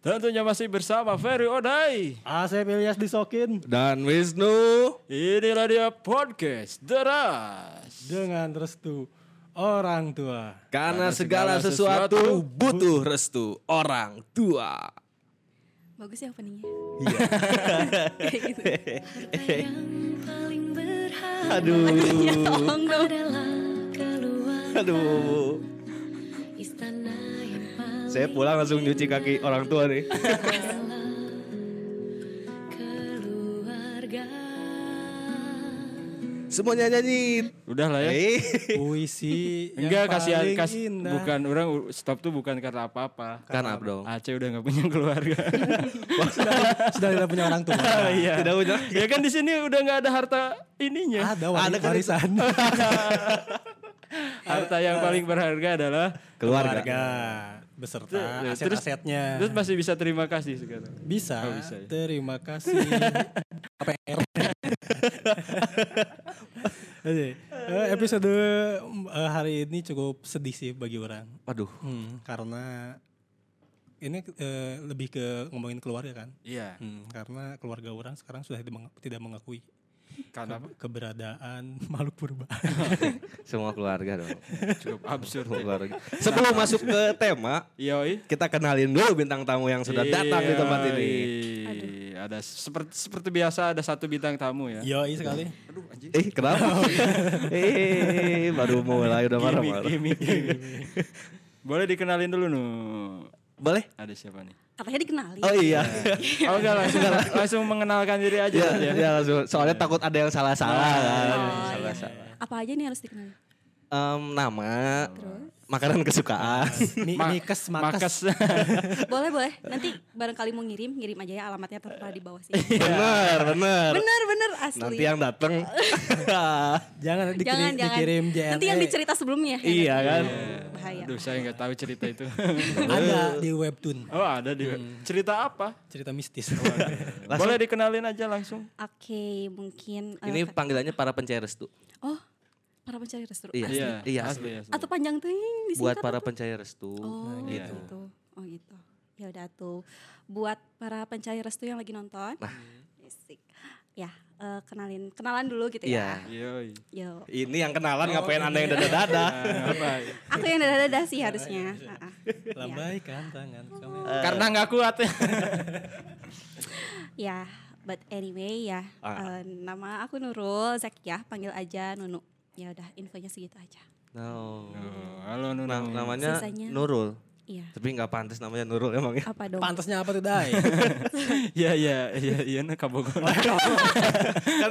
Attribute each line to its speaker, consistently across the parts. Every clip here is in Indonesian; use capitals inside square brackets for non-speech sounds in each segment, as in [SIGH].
Speaker 1: Tentunya masih bersama Ferry Odai.
Speaker 2: Asep Ilyas disokin
Speaker 3: Dan Wisnu.
Speaker 1: Inilah dia podcast Deras.
Speaker 2: dengan restu orang tua.
Speaker 3: Karena segala sesuatu butuh restu orang tua.
Speaker 4: Bagus ya openingnya.
Speaker 3: Iya.
Speaker 4: [LAUGHS] Kayak gitu. Lagunya ya tolong dong.
Speaker 3: Aduh. Saya pulang langsung nyuci kaki orang tua nih. [LAUGHS] Semuanya nyanyi.
Speaker 1: Udah lah ya.
Speaker 3: Eh.
Speaker 2: Puisi yang
Speaker 1: Enggak kasihan
Speaker 2: paling
Speaker 1: kas
Speaker 2: indah.
Speaker 1: bukan orang stop tuh bukan karena apa-apa.
Speaker 3: Karena apa Kan, dong?
Speaker 1: Aceh udah nggak punya
Speaker 3: [LAUGHS]
Speaker 1: keluarga.
Speaker 2: sudah, sudah tidak punya orang
Speaker 1: [LAUGHS]
Speaker 2: tua.
Speaker 1: Iya.
Speaker 3: Tidak punya.
Speaker 1: ya kan di sini udah nggak ada harta ininya.
Speaker 2: Ada wali- [LAUGHS] warisan
Speaker 1: Harta yang paling berharga adalah
Speaker 3: Keluarga.
Speaker 2: beserta
Speaker 1: Terus-
Speaker 2: aset-asetnya.
Speaker 1: terus masih bisa terima kasih sekarang.
Speaker 2: Bisa.
Speaker 1: Oh, bisa ya.
Speaker 2: Terima
Speaker 1: [LAUGHS]
Speaker 2: kasih. ya? KPR. [LAUGHS] Oke, eh, episode eh, hari ini cukup sedih sih bagi orang.
Speaker 3: Waduh.
Speaker 2: Hmm, karena ini eh, lebih ke ngomongin keluarga kan.
Speaker 1: Iya.
Speaker 2: Hmm, karena keluarga orang sekarang sudah tidak meng- tidak mengakui
Speaker 1: Karena apa?
Speaker 2: keberadaan [LAUGHS] makhluk purba.
Speaker 3: Semua keluarga dong.
Speaker 1: cukup absurd. ya.
Speaker 3: Semua [LAUGHS] keluarga. Sebelum masuk ke tema,
Speaker 1: Yoi.
Speaker 3: kita kenalin dulu bintang tamu yang sudah datang di tempat ini.
Speaker 1: Yoi. Ada seperti seperti biasa ada satu bintang tamu ya.
Speaker 2: Yoi sekali.
Speaker 1: Aduh anjing.
Speaker 3: Eh kenapa? [LAUGHS] eh baru mulai udah marah-marah.
Speaker 1: Gimik, gimik, gimik. [LAUGHS] Boleh dikenalin dulu nu.
Speaker 3: Boleh?
Speaker 1: Ada siapa nih?
Speaker 4: Katanya dikenalin.
Speaker 3: Oh iya.
Speaker 1: Oh enggak langsung langsung mengenalkan diri aja
Speaker 3: ya,
Speaker 1: ya.
Speaker 3: ya langsung. Soalnya takut ada yang salah-salah kan.
Speaker 4: iya.
Speaker 3: Salah-salah.
Speaker 4: Apa aja nih harus dikenalin?
Speaker 3: [LAUGHS] Em, nama, makanan kesukaan.
Speaker 2: Mi,
Speaker 1: Ma-
Speaker 2: mikes, makes.
Speaker 1: Makas.
Speaker 4: Boleh boleh. Nanti barangkali mau ngirim, ngirim aja ya alamatnya tertera di bawah
Speaker 3: [LAUGHS]
Speaker 4: sini.
Speaker 3: [LAUGHS] bener, bener.
Speaker 4: Bener bener asli.
Speaker 3: Nanti yang [LAUGHS] dateng.
Speaker 2: Jangan dikirim,
Speaker 4: jangan jangan.
Speaker 2: dikirim E. JNE.
Speaker 4: Nanti yang dicerita sebelumnya. ya,
Speaker 3: E. iya
Speaker 4: nanti.
Speaker 3: kan.
Speaker 4: Bahaya.
Speaker 1: Aduh saya nggak tahu cerita itu.
Speaker 2: Ada di webtoon
Speaker 1: Oh ada di cerita apa?
Speaker 2: cerita mistis.
Speaker 3: Langsung.
Speaker 1: Boleh dikenalin aja langsung.
Speaker 4: Oke, mungkin eh,
Speaker 3: Ini
Speaker 4: Kak-
Speaker 3: panggilannya para pencari restu.
Speaker 4: Oh, para pencari restu.
Speaker 3: Iya,
Speaker 1: Iya,
Speaker 3: iya.
Speaker 1: asli, asli.
Speaker 4: Atau panjang ting
Speaker 3: Buat
Speaker 4: disingkat.
Speaker 3: para pencari restu.
Speaker 4: Oh,
Speaker 3: gitu.
Speaker 4: gitu. Oh, gitu. Ya udah tuh. Buat para pencari restu yang lagi nonton.
Speaker 3: Nah.
Speaker 4: Asik. Ya, eh, kenalin kenalan dulu gitu ya.
Speaker 1: Yoi.
Speaker 3: Iya.
Speaker 4: Yo.
Speaker 3: Ini yang kenalan ngapain anda yang dada-dada?
Speaker 1: Nah, apa?
Speaker 4: Aku yang dada-dada sih harusnya. Ah, ah.
Speaker 2: Lambaikan tangan kamera.
Speaker 1: Karena nggak kuat ya.
Speaker 4: Ya, but anyway ya.
Speaker 3: Ah.
Speaker 4: eh, nama aku Nurul Zakiah, panggil aja Nunu. Ya udah, infonya segitu aja.
Speaker 3: [LAUGHS] No.
Speaker 1: Oh, Halo Nunu.
Speaker 3: Nah, namanya
Speaker 4: Sisanya.
Speaker 3: Nurul.
Speaker 4: Iya.
Speaker 3: Tapi nggak pantas namanya Nurul ya. emangnya.
Speaker 4: Apa dong?
Speaker 2: Pantasnya apa tuh Dai?
Speaker 1: Ya ya ya iya nak kabogolan.
Speaker 3: [LAUGHS] kan,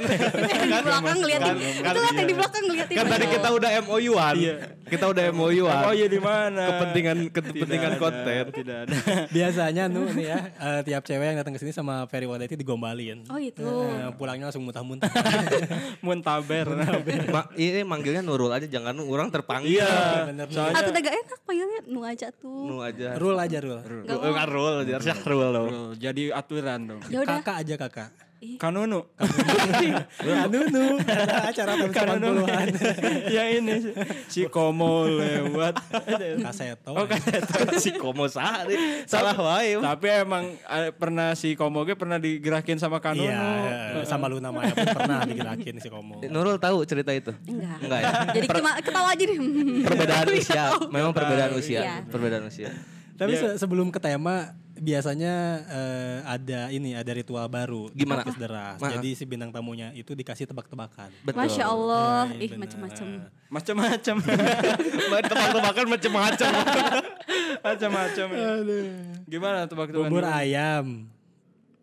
Speaker 4: Yang di belakang ngeliatin.
Speaker 3: kan-
Speaker 4: Itu lihat yang di belakang ngeliatin.
Speaker 3: kan tadi
Speaker 4: Nunu.
Speaker 3: kita udah MOU-an.
Speaker 1: Iya.
Speaker 3: Kita udah MOU-an.
Speaker 1: [LAUGHS] Oh iya di mana?
Speaker 3: Kepentingan kepentingan
Speaker 1: Tidak ada,
Speaker 3: konten.
Speaker 1: Tidak ada. [LAUGHS]
Speaker 2: Biasanya nu nih ya, eh, tiap cewek yang datang ke sini sama Ferry Wada itu digombalin.
Speaker 4: Oh, itu.
Speaker 2: Eh, pulangnya langsung muntah-muntah. [LAUGHS]
Speaker 1: Muntaber.
Speaker 3: Ma, ini manggilnya Nurul aja jangan orang terpanggil.
Speaker 1: Iya.
Speaker 2: Bener.
Speaker 1: Soalnya
Speaker 4: Aku udah gak enak panggilnya Nu aja tuh.
Speaker 3: Nurul aja.
Speaker 2: rule aja rule.
Speaker 4: Nggak
Speaker 3: Nurul kan Nurul aja harusnya Nurul dong.
Speaker 1: Bro, jadi aturan dong.
Speaker 4: Ya udah.
Speaker 2: Kakak aja kakak.
Speaker 1: Kanunu.
Speaker 2: Kanunu ada acara tahun
Speaker 1: Kanunu.
Speaker 2: 80-an.
Speaker 1: ya ini si- si Komo [LAUGHS] lewat.
Speaker 2: Kaseto.
Speaker 1: Oh, kaseto.
Speaker 3: si Komo sehari. Salah wae.
Speaker 1: Tapi emang eh, pernah si Komo ge pernah digerakin sama Kanunu.
Speaker 2: Iya, eh, sama Luna Maya pun pernah digerakin si Komo.
Speaker 3: Nurul tahu cerita itu?
Speaker 4: Enggak. [LAUGHS] Iya.
Speaker 3: Enggak ya.
Speaker 4: Jadi cuma ketawa aja deh.
Speaker 3: Perbedaan usia. Memang perbedaan usia.
Speaker 4: Iya.
Speaker 3: Perbedaan usia.
Speaker 2: Tapi
Speaker 3: Iya.
Speaker 2: se- sebelum ke tema biasanya eh, ada ini ada ritual baru di
Speaker 3: Gimana?
Speaker 2: Podcast deras.
Speaker 3: Maaf.
Speaker 2: Jadi si bintang tamunya itu dikasih tebak-tebakan.
Speaker 3: Betul.
Speaker 4: Masya Allah, ih macam-macam.
Speaker 1: Macam-macam.
Speaker 3: Tebak-tebakan
Speaker 1: [LAUGHS]
Speaker 3: macem-macem.
Speaker 1: Macam-macam. ya. Gimana tebak-tebakan?
Speaker 2: Bubur ayam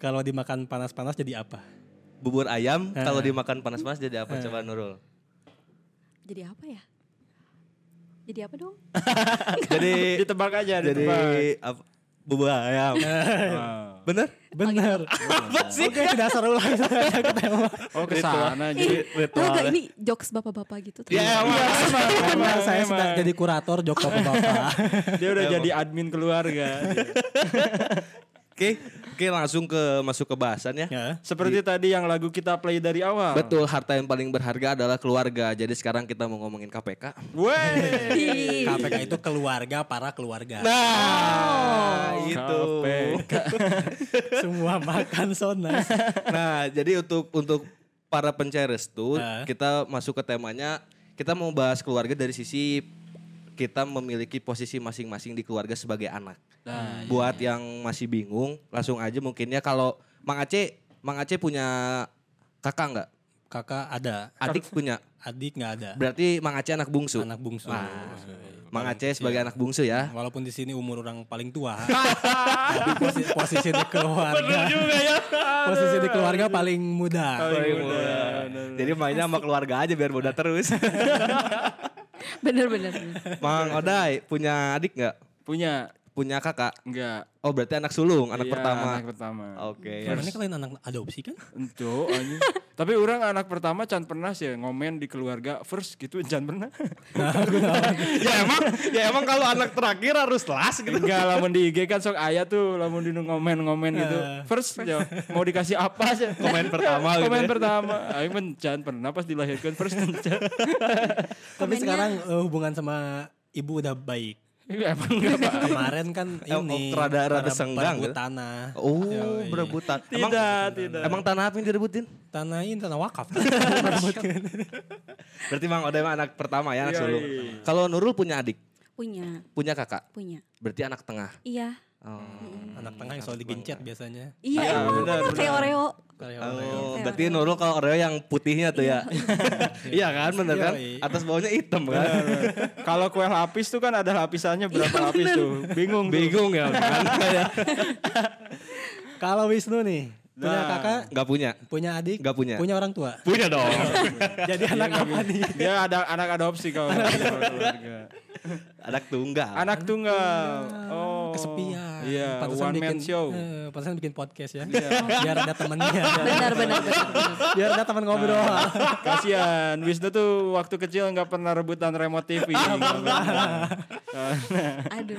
Speaker 2: kalau dimakan panas-panas jadi apa?
Speaker 3: Bubur ayam kalau dimakan panas-panas jadi apa? Coba Nurul.
Speaker 4: Jadi apa ya? Jadi apa dong?
Speaker 3: Jadi
Speaker 1: ditebak aja,
Speaker 3: jadi [LAUGHS]
Speaker 1: ditebak. Ah.
Speaker 3: apa? bubur ayam.
Speaker 1: Wow.
Speaker 3: Bener? Iya,
Speaker 2: Benar.
Speaker 3: [LAUGHS]
Speaker 2: Oke, tidak seru lagi saya ke tema.
Speaker 1: Oh, kesana jadi.
Speaker 4: [LAUGHS]
Speaker 1: Iya,
Speaker 4: Ih, tahu gak ini jokes bapak-bapak gitu? tuh.
Speaker 3: Ya, emang.
Speaker 2: Benar, saya sudah jadi kurator jok bapak-bapak.
Speaker 3: [LAUGHS]
Speaker 1: Dia udah jadi admin keluarga. dia.
Speaker 3: Oke, oke langsung ke masuk ke bahasan ya.
Speaker 2: ya.
Speaker 1: Seperti tadi yang lagu kita play dari awal.
Speaker 3: Betul, harta yang paling berharga adalah keluarga. Jadi sekarang kita mau ngomongin KPK.
Speaker 4: Oh.
Speaker 1: Wey.
Speaker 4: Ih,
Speaker 2: KPK itu keluarga para
Speaker 1: gitu.
Speaker 2: keluarga.
Speaker 3: Nah, itu.
Speaker 1: KPK.
Speaker 2: Semua makan sonas.
Speaker 3: Nah, jadi untuk untuk para pencari restu,
Speaker 2: Ah.
Speaker 3: kita masuk ke temanya. Kita mau bahas keluarga dari sisi kita memiliki posisi masing-masing di keluarga sebagai anak.
Speaker 2: iya,
Speaker 1: Nah,
Speaker 3: Buat yang masih bingung, langsung aja mungkinnya kalau Mang Aceh, Mang Aceh punya kakak nggak?
Speaker 2: Kakak ada,
Speaker 3: Adik punya.
Speaker 2: adik nggak ada.
Speaker 3: Berarti Mang Aceh anak bungsu.
Speaker 2: Anak bungsu. iya.
Speaker 3: Nah, Mang Aceh sebagai anak bungsu ya.
Speaker 2: Walaupun di sini umur orang paling [LAUGHS] tua. Tapi posi- posisi di keluarga.
Speaker 1: juga ya.
Speaker 2: Posisi di keluarga paling muda.
Speaker 3: Jadi mainnya sama keluarga aja biar muda
Speaker 2: [LAUGHS]
Speaker 3: terus.
Speaker 4: bener bener. bener.
Speaker 3: Mang Odai punya adik nggak?
Speaker 1: Punya
Speaker 3: Punya kakak?
Speaker 1: enggak?
Speaker 3: Oh berarti anak sulung, anak
Speaker 1: Iya,
Speaker 3: pertama.
Speaker 1: Anak pertama.
Speaker 3: Oke.
Speaker 2: Gimana kalian anak adopsi kan?
Speaker 1: Entuh, [LAUGHS] anjing. Tapi orang anak pertama can pernah sih ngomen di keluarga first gitu can pernah. Nah, [LAUGHS]
Speaker 3: ya emang, ya emang kalau anak terakhir harus las gitu.
Speaker 1: Enggak lamun di IG kan sok ayah tuh lamun di ngomen-ngomen gitu. First, ya, mau dikasih apa sih?
Speaker 3: Komen pertama gitu
Speaker 1: Komen
Speaker 3: ya.
Speaker 1: pertama. Aing men can pernah pas dilahirkan first [LAUGHS] can.
Speaker 2: Tapi
Speaker 4: Komennya-
Speaker 2: sekarang eh, hubungan sama ibu udah baik.
Speaker 1: Emang enggak Pak?
Speaker 2: Kemarin kan
Speaker 3: Eh,
Speaker 2: ini
Speaker 3: oh, rada- rada
Speaker 2: pada- pada
Speaker 3: senggang gitu.
Speaker 2: tanah.
Speaker 3: Oh
Speaker 2: Yoi.
Speaker 3: berebutan. Emang,
Speaker 1: Tidak, tidak.
Speaker 3: emang tanah apa yang direbutin?
Speaker 2: Tanah ini tanah wakaf.
Speaker 3: Berarti Mang Odai emang anak pertama ya
Speaker 1: Yoi.
Speaker 3: anak sulung. Kalau Nurul punya adik,
Speaker 4: Punya,
Speaker 3: punya kakak,
Speaker 4: punya.
Speaker 3: berarti anak tengah.
Speaker 4: Iya.
Speaker 3: Oh,
Speaker 2: anak tengah yang selalu digencet biasanya.
Speaker 4: Iya,
Speaker 1: Iya,
Speaker 4: emang
Speaker 1: bener,
Speaker 4: bener, kayak Oreo.
Speaker 2: Karya
Speaker 3: Oh,
Speaker 2: orang.
Speaker 3: berarti Nurul kalau Oreo yang putihnya tuh ya. [LAUGHS] Iya kan, bener kan?
Speaker 2: Yoi.
Speaker 3: Atas bawahnya hitam kan?
Speaker 1: Kalau kue lapis tuh kan ada lapisannya berapa lapis tuh. Bingung tuh.
Speaker 3: Bingung ya, kan?
Speaker 2: Kalau Wisnu nih, punya
Speaker 1: Nah.
Speaker 2: kakak,
Speaker 3: Gak punya.
Speaker 2: punya adik,
Speaker 3: Nggak punya.
Speaker 2: punya orang tua.
Speaker 3: Punya dong.
Speaker 2: Jadi anak apa
Speaker 1: Iya,
Speaker 2: nih? Iya.
Speaker 1: Dia ada anak adopsi kalau di keluarga.
Speaker 3: [LAUGHS] anak tunggal.
Speaker 1: Anak tunggal. Oh.
Speaker 2: Kesepian.
Speaker 1: Iya,
Speaker 2: Pantesan
Speaker 1: one man
Speaker 2: bikin,
Speaker 1: show. Iya.
Speaker 2: eh, pantesan bikin podcast ya. Biar ada temennya.
Speaker 4: [LAUGHS] Benar benar benar.
Speaker 2: Biar ada teman ngobrol.
Speaker 1: Ah, Kasihan, Wisnu tuh waktu kecil nggak pernah rebutan remote
Speaker 2: [LAUGHS]
Speaker 1: TV.
Speaker 2: Iya,
Speaker 1: Nggak pernah.
Speaker 4: Aduh.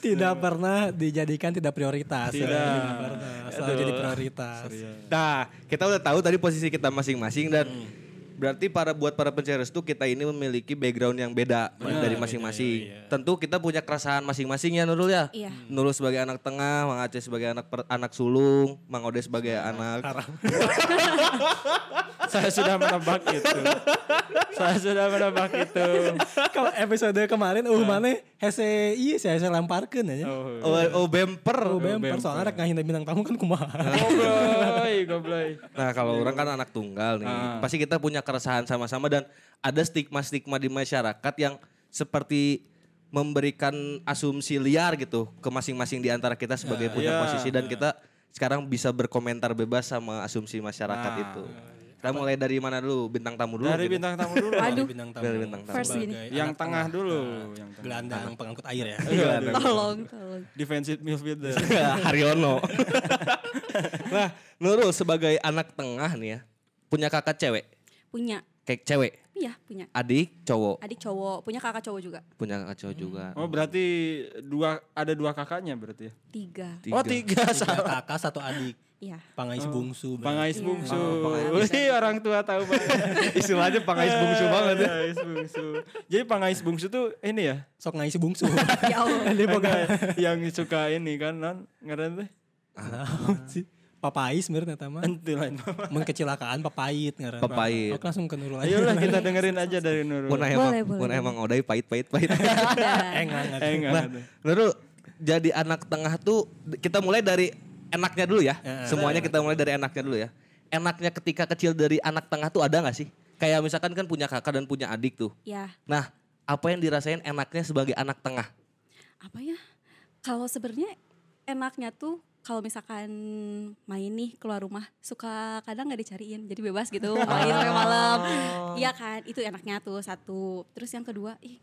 Speaker 2: tidak pernah dijadikan tidak prioritas.
Speaker 1: Tidak.
Speaker 2: Tidak pernah. Selalu jadi prioritas.
Speaker 3: Nah, kita udah tahu tadi posisi kita masing-masing dan berarti para buat para pencari restu kita ini memiliki background yang beda dari masing-masing. Tentu kita punya keresahan masing-masing ya Nurul ya.
Speaker 4: Iya.
Speaker 3: Nurul sebagai anak tengah, Mang Aceh sebagai anak per- anak sulung, Mang Ode sebagai anak.
Speaker 1: Saya sudah menebak itu. Saya sudah menebak itu.
Speaker 2: [LAUGHS] Kalau episode kemarin, uh mana hese iya sih hese lemparkan aja.
Speaker 1: Nah. Oh,
Speaker 3: Oh, oh, bemper.
Speaker 2: Oh, bemper soalnya rek ngahina bintang tamu kan kumaha.
Speaker 1: Gobloy, gobloy.
Speaker 3: Nah, kalau orang kan anak tunggal nih. Pasti kita punya keresahan sama-sama dan ada stigma-stigma di masyarakat yang seperti memberikan asumsi liar gitu ke masing-masing di antara kita sebagai punya
Speaker 1: iya.
Speaker 3: posisi dan kita sekarang bisa berkomentar bebas sama asumsi masyarakat
Speaker 1: Nah.
Speaker 3: itu. Kita mulai dari mana dulu? Bintang tamu dulu.
Speaker 1: Dari
Speaker 3: gitu.
Speaker 1: bintang tamu dulu.
Speaker 4: Aduh.
Speaker 2: bintang tamu.
Speaker 3: Dari bintang tamu.
Speaker 4: First Iya. ini.
Speaker 1: Yang tengah dulu.
Speaker 2: Iya.
Speaker 1: Yang tengah.
Speaker 2: gelandang pengangkut air ya.
Speaker 1: Iya.
Speaker 4: Tolong, tolong.
Speaker 1: Defensive midfielder.
Speaker 3: [LAUGHS] Haryono. nah, Nurul sebagai anak tengah nih ya, punya kakak cewek,
Speaker 4: Punya.
Speaker 3: kayak cewek,
Speaker 4: Iya, punya.
Speaker 3: adik cowok,
Speaker 4: Adik cowok, punya kakak cowok juga.
Speaker 3: punya kakak cowok juga.
Speaker 1: Oh berarti dua ada dua kakaknya berarti ya?
Speaker 4: Tiga.
Speaker 3: Tiga.
Speaker 1: Oh tiga
Speaker 2: [LAUGHS] Tiga kakak satu adik.
Speaker 4: Iya.
Speaker 1: Oh.
Speaker 2: Pangais bungsu. berarti.
Speaker 1: Pangais
Speaker 4: Iya.
Speaker 1: bungsu.
Speaker 3: Oh, pangais
Speaker 1: Wih, orang tua tahu banget.
Speaker 3: Istilahnya pangais bungsu banget ya.
Speaker 1: Pangais bungsu. Jadi pangais bungsu tuh ini
Speaker 3: [LAUGHS]
Speaker 1: ya?
Speaker 2: Sok ngais
Speaker 1: [LAUGHS]
Speaker 2: bungsu.
Speaker 4: Ya Allah.
Speaker 2: Dia boga.
Speaker 1: Enggak, yang suka ini kan non ngaran teh.
Speaker 2: Naon sih? Papais mirna tama.
Speaker 1: Entu lain.
Speaker 2: Menkecelakaan papait ngaran.
Speaker 3: Papait.
Speaker 2: Oke langsung ke Nurul aja.
Speaker 1: Ayolah kita dengerin aja dari Nurul.
Speaker 3: Mun emang,
Speaker 4: Boleh, boleh,
Speaker 3: mun emang odai pahit pahit pahit.
Speaker 2: Eh nggak, nggak.
Speaker 1: Eh
Speaker 3: nah,
Speaker 1: enggak.
Speaker 3: Nurul jadi anak tengah tuh kita mulai dari enaknya dulu ya. Semuanya kita mulai dari enaknya dulu ya. Enaknya ketika kecil dari anak tengah tuh ada nggak sih? Kayak misalkan kan punya kakak dan punya adik tuh.
Speaker 4: Ya,
Speaker 3: Nah, apa yang dirasain enaknya sebagai anak tengah?
Speaker 4: apa ya? Kalau sebenarnya enaknya tuh kalau misalkan main nih keluar rumah suka kadang nggak dicariin jadi bebas gitu mau main sampai malam iya kan itu enaknya tuh satu terus yang kedua ih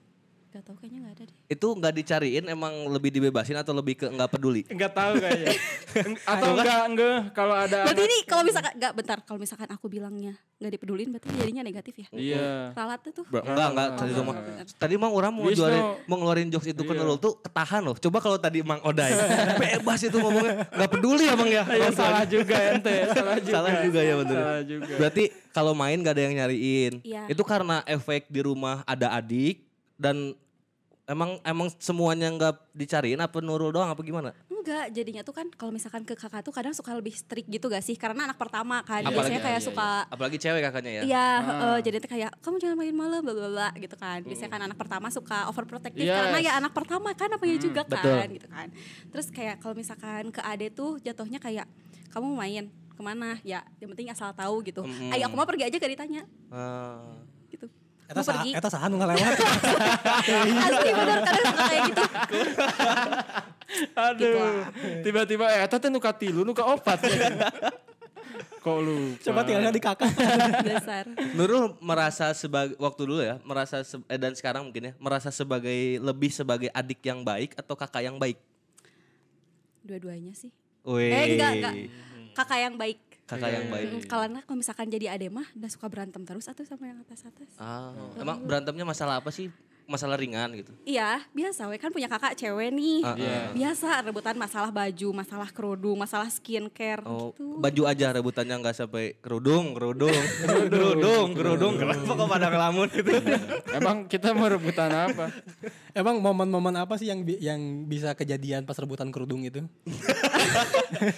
Speaker 4: gak tau kayaknya nggak ada deh
Speaker 3: Itu nggak dicariin emang lebih dibebasin atau lebih ke nggak peduli?
Speaker 1: Enggak tahu kayaknya. Eng- Atau enggak enggak kalau ada
Speaker 4: berarti
Speaker 1: anak-
Speaker 4: ini kalau misalkan nggak bentar kalau misalkan aku bilangnya nggak dipedulin berarti jadinya negatif ya
Speaker 1: Iya.
Speaker 4: ralat tuh
Speaker 3: Bro, enggak, enggak, tadi tuh Mang. Tadi Mang orang mau
Speaker 1: Wisnu.
Speaker 3: jualin, mau ngeluarin jokes itu ke Nurul tuh ketahan loh. Coba kalau tadi Mang Odai, bebas itu ngomongnya. Enggak peduli ya Mang ya.
Speaker 1: Ya, salah juga ente, salah juga.
Speaker 3: Salah juga ya bener.
Speaker 1: Salah juga.
Speaker 3: Berarti kalau main gak ada yang nyariin.
Speaker 4: Iya.
Speaker 3: Itu karena efek di rumah ada adik dan emang emang semuanya nggak dicariin apa Nurul doang apa gimana?
Speaker 4: enggak jadinya tuh kan kalau misalkan ke kakak tuh kadang suka lebih strict gitu gak sih karena anak pertama kan
Speaker 3: Apalagi-
Speaker 4: biasanya kayak
Speaker 1: iya, iya,
Speaker 4: suka
Speaker 3: Apalagi cewek kakaknya ya.
Speaker 4: Iya,
Speaker 1: Ah.
Speaker 4: eh, jadi tuh kayak kamu jangan main malam bla bla bla gitu
Speaker 3: Hmm.
Speaker 4: kan. Biasanya kan anak pertama suka overprotective
Speaker 1: Yes.
Speaker 4: karena ya anak pertama kan namanya juga
Speaker 3: Hmm,
Speaker 4: kan
Speaker 3: betul.
Speaker 4: gitu kan. Terus kayak kalau misalkan ke Ade tuh jatuhnya kayak kamu mau main kemana ya yang penting asal tahu gitu.
Speaker 3: Mm-mm.
Speaker 4: Ayo aku mau pergi aja gak ditanya
Speaker 3: Ah.
Speaker 4: gitu.
Speaker 2: Eta
Speaker 4: Mau
Speaker 2: sah,
Speaker 4: pergi. [LAUGHS]
Speaker 2: eta saha nu ngalewat.
Speaker 4: Asli bener kadang suka kayak gitu. [LAUGHS] Gitu
Speaker 1: Aduh.
Speaker 4: lah.
Speaker 1: Tiba-tiba eh eta teh nu katilu nu kaopat. [LAUGHS] Kok lu?
Speaker 2: Coba tinggalnya di kakak. [LAUGHS]
Speaker 4: Dasar.
Speaker 3: Nurul merasa sebagai waktu dulu ya, merasa se- eh, dan sekarang mungkin ya, merasa sebagai lebih sebagai adik yang baik atau kakak yang baik.
Speaker 4: Dua-duanya sih.
Speaker 3: Wih.
Speaker 4: Eh enggak enggak. Kakak yang baik.
Speaker 3: Kakak yang Hmm. baik.
Speaker 4: Mm, Karena kalau misalkan jadi Ade mah udah suka berantem terus atau sama yang atas-atas.
Speaker 3: Ah, emang berantemnya masalah apa sih? Masalah ringan gitu.
Speaker 4: Iya, biasa we kan punya kakak cewek nih.
Speaker 3: Ah,
Speaker 1: Iya.
Speaker 3: ah.
Speaker 4: Biasa rebutan masalah baju, masalah kerudung, masalah skincare
Speaker 3: Oh,
Speaker 4: gitu.
Speaker 3: baju aja rebutannya nggak sampai kerudung, kerudung, kerudung, kerudung. Kenapa kok pada ngelamun gitu?
Speaker 1: Emang kita mau rebutan apa?
Speaker 2: Emang momen-momen apa sih yang bi- yang bisa kejadian pas rebutan kerudung itu?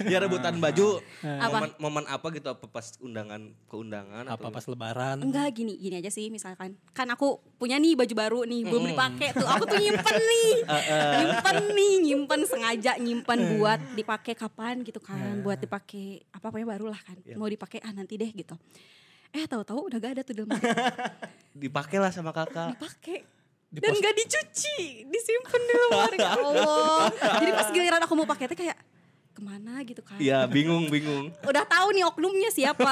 Speaker 3: ya rebutan baju.
Speaker 4: Apa?
Speaker 3: Momen, momen apa gitu? Apa pas undangan ke undangan?
Speaker 2: Apa
Speaker 3: atau-
Speaker 2: pas lebaran?
Speaker 4: Enggak gini, gini aja sih misalkan. Kan aku punya nih baju baru nih, belum dipakai tuh. Aku tuh nyimpen
Speaker 3: [LAUGHS]
Speaker 4: nih.
Speaker 3: Ah,
Speaker 4: nyimpen nih, nyimpen sengaja nyimpen
Speaker 3: Mm.
Speaker 4: buat dipakai kapan gitu
Speaker 3: Ah.
Speaker 4: kan. Buat dipakai apa pokoknya baru lah kan.
Speaker 3: Iya.
Speaker 4: Mau dipakai ah nanti deh gitu. Eh tahu-tahu udah gak ada tuh di lemari.
Speaker 3: Dipakailah sama
Speaker 4: Ah.
Speaker 3: kakak.
Speaker 4: Dipakai.
Speaker 2: Di
Speaker 4: Dan
Speaker 2: pos-
Speaker 4: gak dicuci, disimpan di lemari. Ya Allah. Jadi pas giliran aku mau pakai teh kayak kemana gitu kan.
Speaker 3: Iya, bingung, bingung.
Speaker 4: udah tahu nih oknumnya siapa